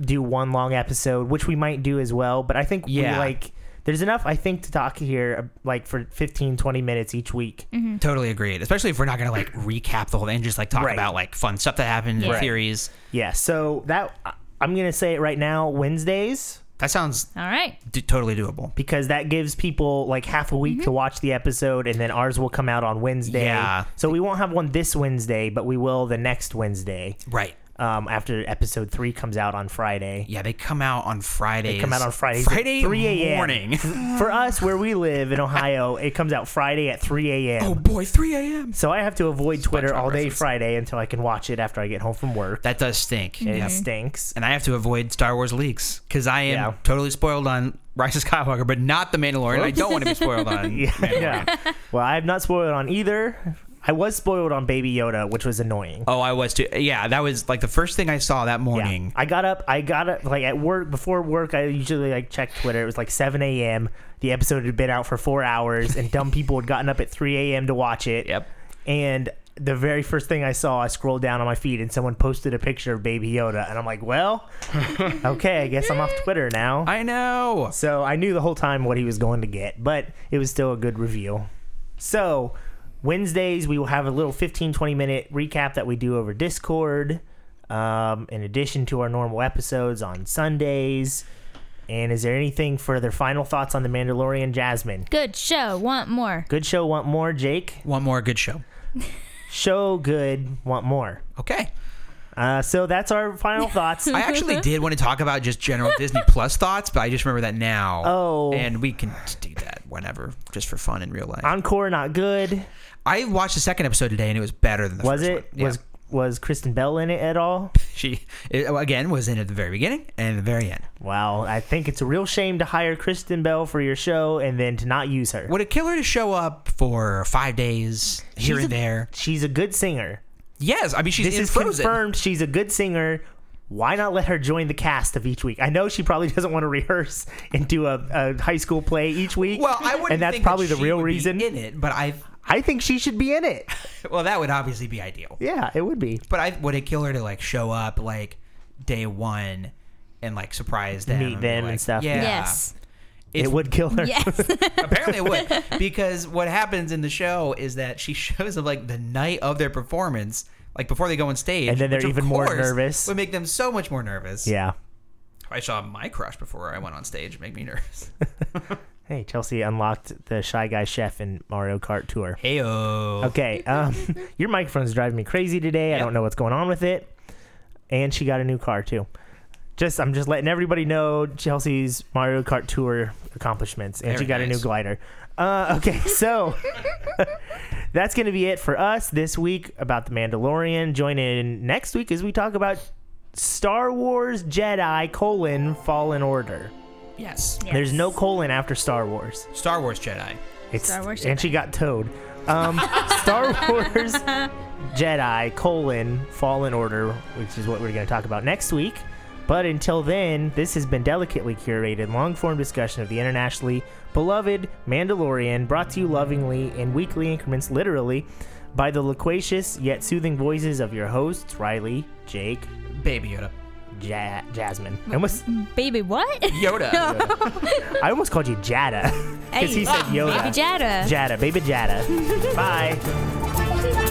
Speaker 2: do one long episode, which we might do as well. But I think we
Speaker 3: Yeah.
Speaker 2: like. There's enough, I think, to talk here, uh, like for 15, 20 minutes each week.
Speaker 3: Mm. Totally agreed. Especially if we're not going to like recap the whole thing and just like talk
Speaker 2: Right.
Speaker 3: about like fun stuff that happened, and
Speaker 4: Right.
Speaker 3: theories.
Speaker 2: Yeah. So that I- I'm gonna say it right now, Wednesdays.
Speaker 3: That sounds
Speaker 4: All right.
Speaker 3: d- totally doable.
Speaker 2: because that gives people like half a week to watch the episode and then ours will come out on Wednesday.
Speaker 3: Mm-hmm. Yeah.
Speaker 2: So we won't have one this Wednesday, but we will the next Wednesday
Speaker 3: Right.
Speaker 2: um, after episode three comes out on Friday.
Speaker 3: Yeah, they come out on Fridays.
Speaker 2: Come out on Fridays at
Speaker 3: Friday
Speaker 2: 3 a.m.
Speaker 3: morning.
Speaker 2: For us, where we live in Ohio, it comes out Friday at 3 a.m.
Speaker 3: oh boy, 3 a.m.
Speaker 2: So I have to avoid Twitter all day
Speaker 3: reference.
Speaker 2: Friday until I can watch it after I get home from work.
Speaker 3: That does stink.
Speaker 2: It
Speaker 3: Yeah.
Speaker 2: stinks.
Speaker 3: And I have to avoid Star Wars leaks because I am
Speaker 2: Yeah.
Speaker 3: totally spoiled on Rise of Skywalker, but not The Mandalorian. I don't want to be spoiled on. Mandalorian.
Speaker 2: yeah. Well, I have not spoiled on either. I was spoiled on Baby Yoda, which was annoying.
Speaker 3: Oh, I was too. Yeah, that was like the first thing I saw that morning.
Speaker 2: Yeah. I got up. I got up like at work before work. I usually like check Twitter. It was like 7 a.m. The episode had been out for four hours, and dumb people had gotten up at 3 a.m. to watch it.
Speaker 3: Yep.
Speaker 2: And the very first thing I saw, I scrolled down on my feed, and someone posted a picture of Baby Yoda, and I'm like, well, okay, I guess I'm off Twitter now.
Speaker 3: I know.
Speaker 2: so I knew the whole time what he was going to get, but it was still a good review. So Wednesdays we will have a little 15 20 minute recap that we do over Discord um, in addition to our normal episodes on Sundays. And is there anything further final thoughts on the Mandalorian Jasmine?
Speaker 4: Good show. Want more?
Speaker 2: Good show want more, Jake.
Speaker 3: One more good show.
Speaker 2: Show good want more.
Speaker 3: Okay.
Speaker 2: Uh, so that's our final thoughts.
Speaker 3: I actually did want to talk about just general Disney Plus thoughts, but I just remember that now.
Speaker 2: Oh.
Speaker 3: And we can do that whenever, just for fun in real life.
Speaker 2: Encore not good.
Speaker 3: I watched the second episode today, and it was better than the
Speaker 2: Was
Speaker 3: first
Speaker 2: it?
Speaker 3: one. Yeah.
Speaker 2: Was was Kristen Bell in it at all?
Speaker 3: she it, again was in at the very beginning and the very end?
Speaker 2: Wow, I think it's a real shame to hire Kristen Bell for your show and then to not use her.
Speaker 3: Would it kill her to show up for five days here
Speaker 2: She's
Speaker 3: and
Speaker 2: a-
Speaker 3: there?
Speaker 2: She's a good singer.
Speaker 3: Yes, I mean she's
Speaker 2: This
Speaker 3: in
Speaker 2: is
Speaker 3: Frozen.
Speaker 2: confirmed. She's a good singer. Why not let her join the cast of each week? I know she probably doesn't want to rehearse and do a, a high school play each week.
Speaker 3: Well, I wouldn't.
Speaker 2: and that's
Speaker 3: think
Speaker 2: probably
Speaker 3: that
Speaker 2: the
Speaker 3: she
Speaker 2: real
Speaker 3: would be
Speaker 2: reason.
Speaker 3: in it, but I
Speaker 2: I think she should be in it.
Speaker 3: well that would obviously be ideal.
Speaker 2: Yeah, it would be.
Speaker 3: But I would it kill her to like show up like day one and like surprise them,
Speaker 2: Meet
Speaker 3: and be
Speaker 2: them and
Speaker 3: like,
Speaker 2: stuff.
Speaker 3: Yeah.
Speaker 4: Yes.
Speaker 2: it would kill her.
Speaker 4: Yes.
Speaker 3: Apparently it would because what happens in the show is that she shows up like the night of their performance, like before they go on stage,
Speaker 2: And then they're
Speaker 3: which, of
Speaker 2: even more
Speaker 3: course,
Speaker 2: nervous.
Speaker 3: Would make them so much more nervous.
Speaker 2: Yeah.
Speaker 3: I saw my crush before I went on stage. Make me nervous.
Speaker 2: Hey, Chelsea unlocked the Shy Guy Chef in Mario Kart Tour.
Speaker 3: Heyo.
Speaker 2: Okay, um, your microphone's driving me crazy today. I
Speaker 3: Yep.
Speaker 2: don't know what's going on with it. And she got a new car too. Just I'm just letting everybody know Chelsea's Mario Kart Tour accomplishments, and she
Speaker 3: Very
Speaker 2: got a new
Speaker 3: nice.
Speaker 2: glider. Uh, okay, so that's gonna be it for us this week about the Mandalorian. Join in next week as we talk about Star Wars Jedi colon Fallen Order.
Speaker 3: Yes.
Speaker 2: There's no colon after Star Wars.
Speaker 3: Star Wars Jedi.
Speaker 2: It's,
Speaker 4: Star Wars
Speaker 2: and
Speaker 4: Jedi.
Speaker 2: she got towed. Um, Star Wars Jedi colon Fallen Order, which is what we're going to talk about next week. But until then, this has been delicately curated, long form discussion of the internationally beloved Mandalorian, brought to you lovingly in weekly increments, literally, by the loquacious yet soothing voices of your hosts, Riley, Jake,
Speaker 3: Baby Yoda.
Speaker 2: ja- Jasmine. I almost,
Speaker 4: Baby, what?
Speaker 3: Yoda.
Speaker 2: I almost called you Jada because he said Yoda.
Speaker 4: Ah, Baby Jada.
Speaker 2: Jada, baby Jada. Bye.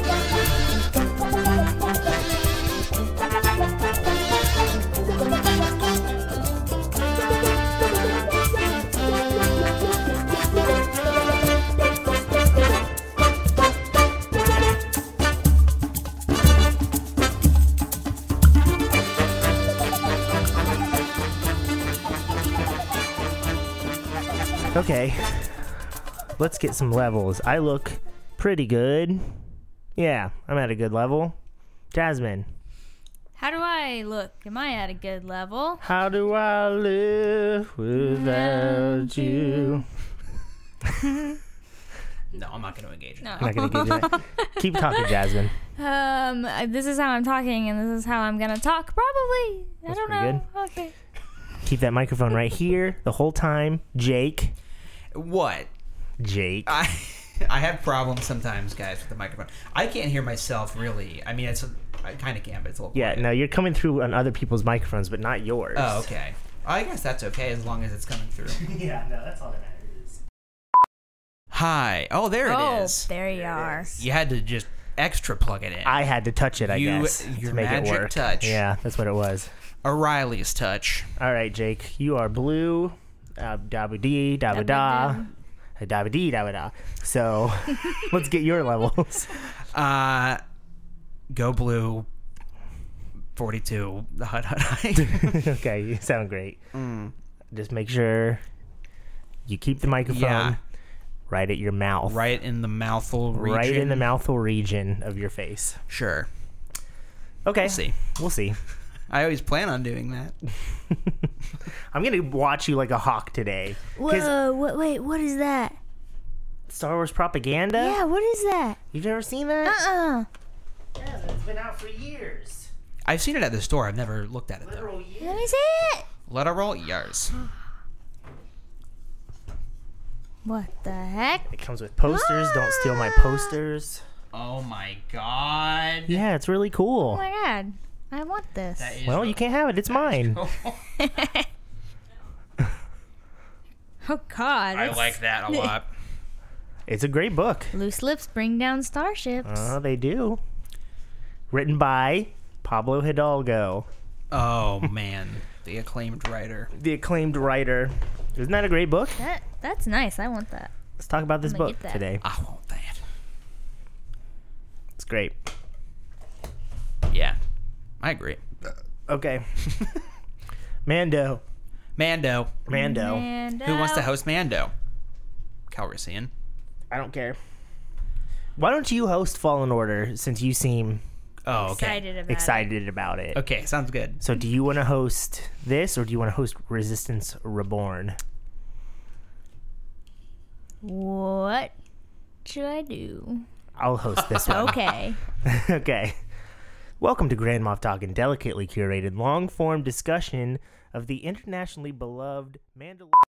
Speaker 2: Okay. Let's get some levels. I look pretty good. Yeah, I'm at a good level. Jasmine,
Speaker 4: How do I look? Am I at a good level?
Speaker 2: how do I live without you?
Speaker 3: no, I'm not going to engage. in that.
Speaker 4: No.
Speaker 2: I'm not gonna get into that. Keep talking, Jasmine.
Speaker 4: Um, I- this is how I'm talking, and this is how I'm gonna talk. Probably. I don't
Speaker 2: pretty
Speaker 4: know. Okay.
Speaker 2: Keep that microphone right here the whole time. Jake.
Speaker 3: What?
Speaker 2: Jake.
Speaker 3: I I have problems sometimes, guys, with the microphone. I can't hear myself really. I mean, it's I kind of can, but it's a little.
Speaker 2: Yeah,
Speaker 3: quiet.
Speaker 2: no, you're coming through on other people's microphones, but not yours.
Speaker 3: Oh, okay. I guess that's okay as long as it's coming through.
Speaker 2: Yeah, no, that's all that matters.
Speaker 3: Hi. Oh, there
Speaker 4: oh,
Speaker 3: it is.
Speaker 4: there you are.
Speaker 3: You had to just extra plug it in.
Speaker 2: I had to touch it, I
Speaker 3: You-
Speaker 2: guess,
Speaker 3: your
Speaker 2: to make
Speaker 3: magic
Speaker 2: it work.
Speaker 3: touch.
Speaker 2: Yeah, that's what it was.
Speaker 3: O'Reilly's touch.
Speaker 2: All right, Jake, you are blue. Uh, dabba dee, dabba da. Uh, Dabba dee, dabba da. So let's get your levels.
Speaker 3: Uh, go blue. Forty-two. Hut hut hut.
Speaker 2: okay, you sound great.
Speaker 3: Mm.
Speaker 2: Just make sure you keep the microphone
Speaker 3: Yeah.
Speaker 2: right at your mouth.
Speaker 3: Right in the mouthful region.
Speaker 2: Right in the mouthful region of your face.
Speaker 3: Sure.
Speaker 2: Okay. We'll
Speaker 3: see.
Speaker 2: We'll see.
Speaker 3: I always plan on doing that.
Speaker 2: I'm going to watch you like a hawk today. 'Cause
Speaker 4: Whoa! What? Wait, what is that?
Speaker 2: Star Wars propaganda?
Speaker 4: Yeah, what is that?
Speaker 2: You've never seen that?
Speaker 4: Uh. uh
Speaker 2: Yeah, it's been out for years.
Speaker 3: I've seen it at the store. I've never looked at it though.
Speaker 2: Literal years.
Speaker 4: Let me see it.
Speaker 3: Literal years.
Speaker 4: What the heck?
Speaker 2: It comes with posters. Don't steal my posters.
Speaker 3: Oh my god.
Speaker 2: Yeah, it's really
Speaker 4: Oh
Speaker 2: cool.
Speaker 4: my god! I want this.
Speaker 3: That is-
Speaker 2: Well, you can't have it. It's mine.
Speaker 4: Oh god!
Speaker 3: I
Speaker 4: that's-
Speaker 3: like that a lot.
Speaker 2: It's a great book.
Speaker 4: Loose lips bring down starships.
Speaker 2: Uh, they do. Written by Pablo Hidalgo,
Speaker 3: Oh man, the acclaimed writer.
Speaker 2: the acclaimed writer. Isn't that a great book?
Speaker 4: that that's nice. I want that.
Speaker 2: Let's talk about this
Speaker 4: I'm gonna
Speaker 2: book
Speaker 4: get that.
Speaker 2: today.
Speaker 3: I want that.
Speaker 2: It's great.
Speaker 3: Yeah, I agree.
Speaker 2: Okay. Mando.
Speaker 3: Mando.
Speaker 2: Mando.
Speaker 4: And
Speaker 3: Who wants to
Speaker 4: out.
Speaker 3: host Mando? Calrissian.
Speaker 2: I don't care. Why don't you host Fallen Order since you seem
Speaker 3: Oh, okay.
Speaker 4: Excited about it.
Speaker 2: excited about it?
Speaker 3: Okay, sounds good.
Speaker 2: So, do you want to host this or do you want to host Resistance Reborn?
Speaker 4: What should I do?
Speaker 2: I'll host this one.
Speaker 4: Okay.
Speaker 2: okay. Welcome to Grand Moff Talking, delicately curated long form discussion of the internationally beloved Mandalorian.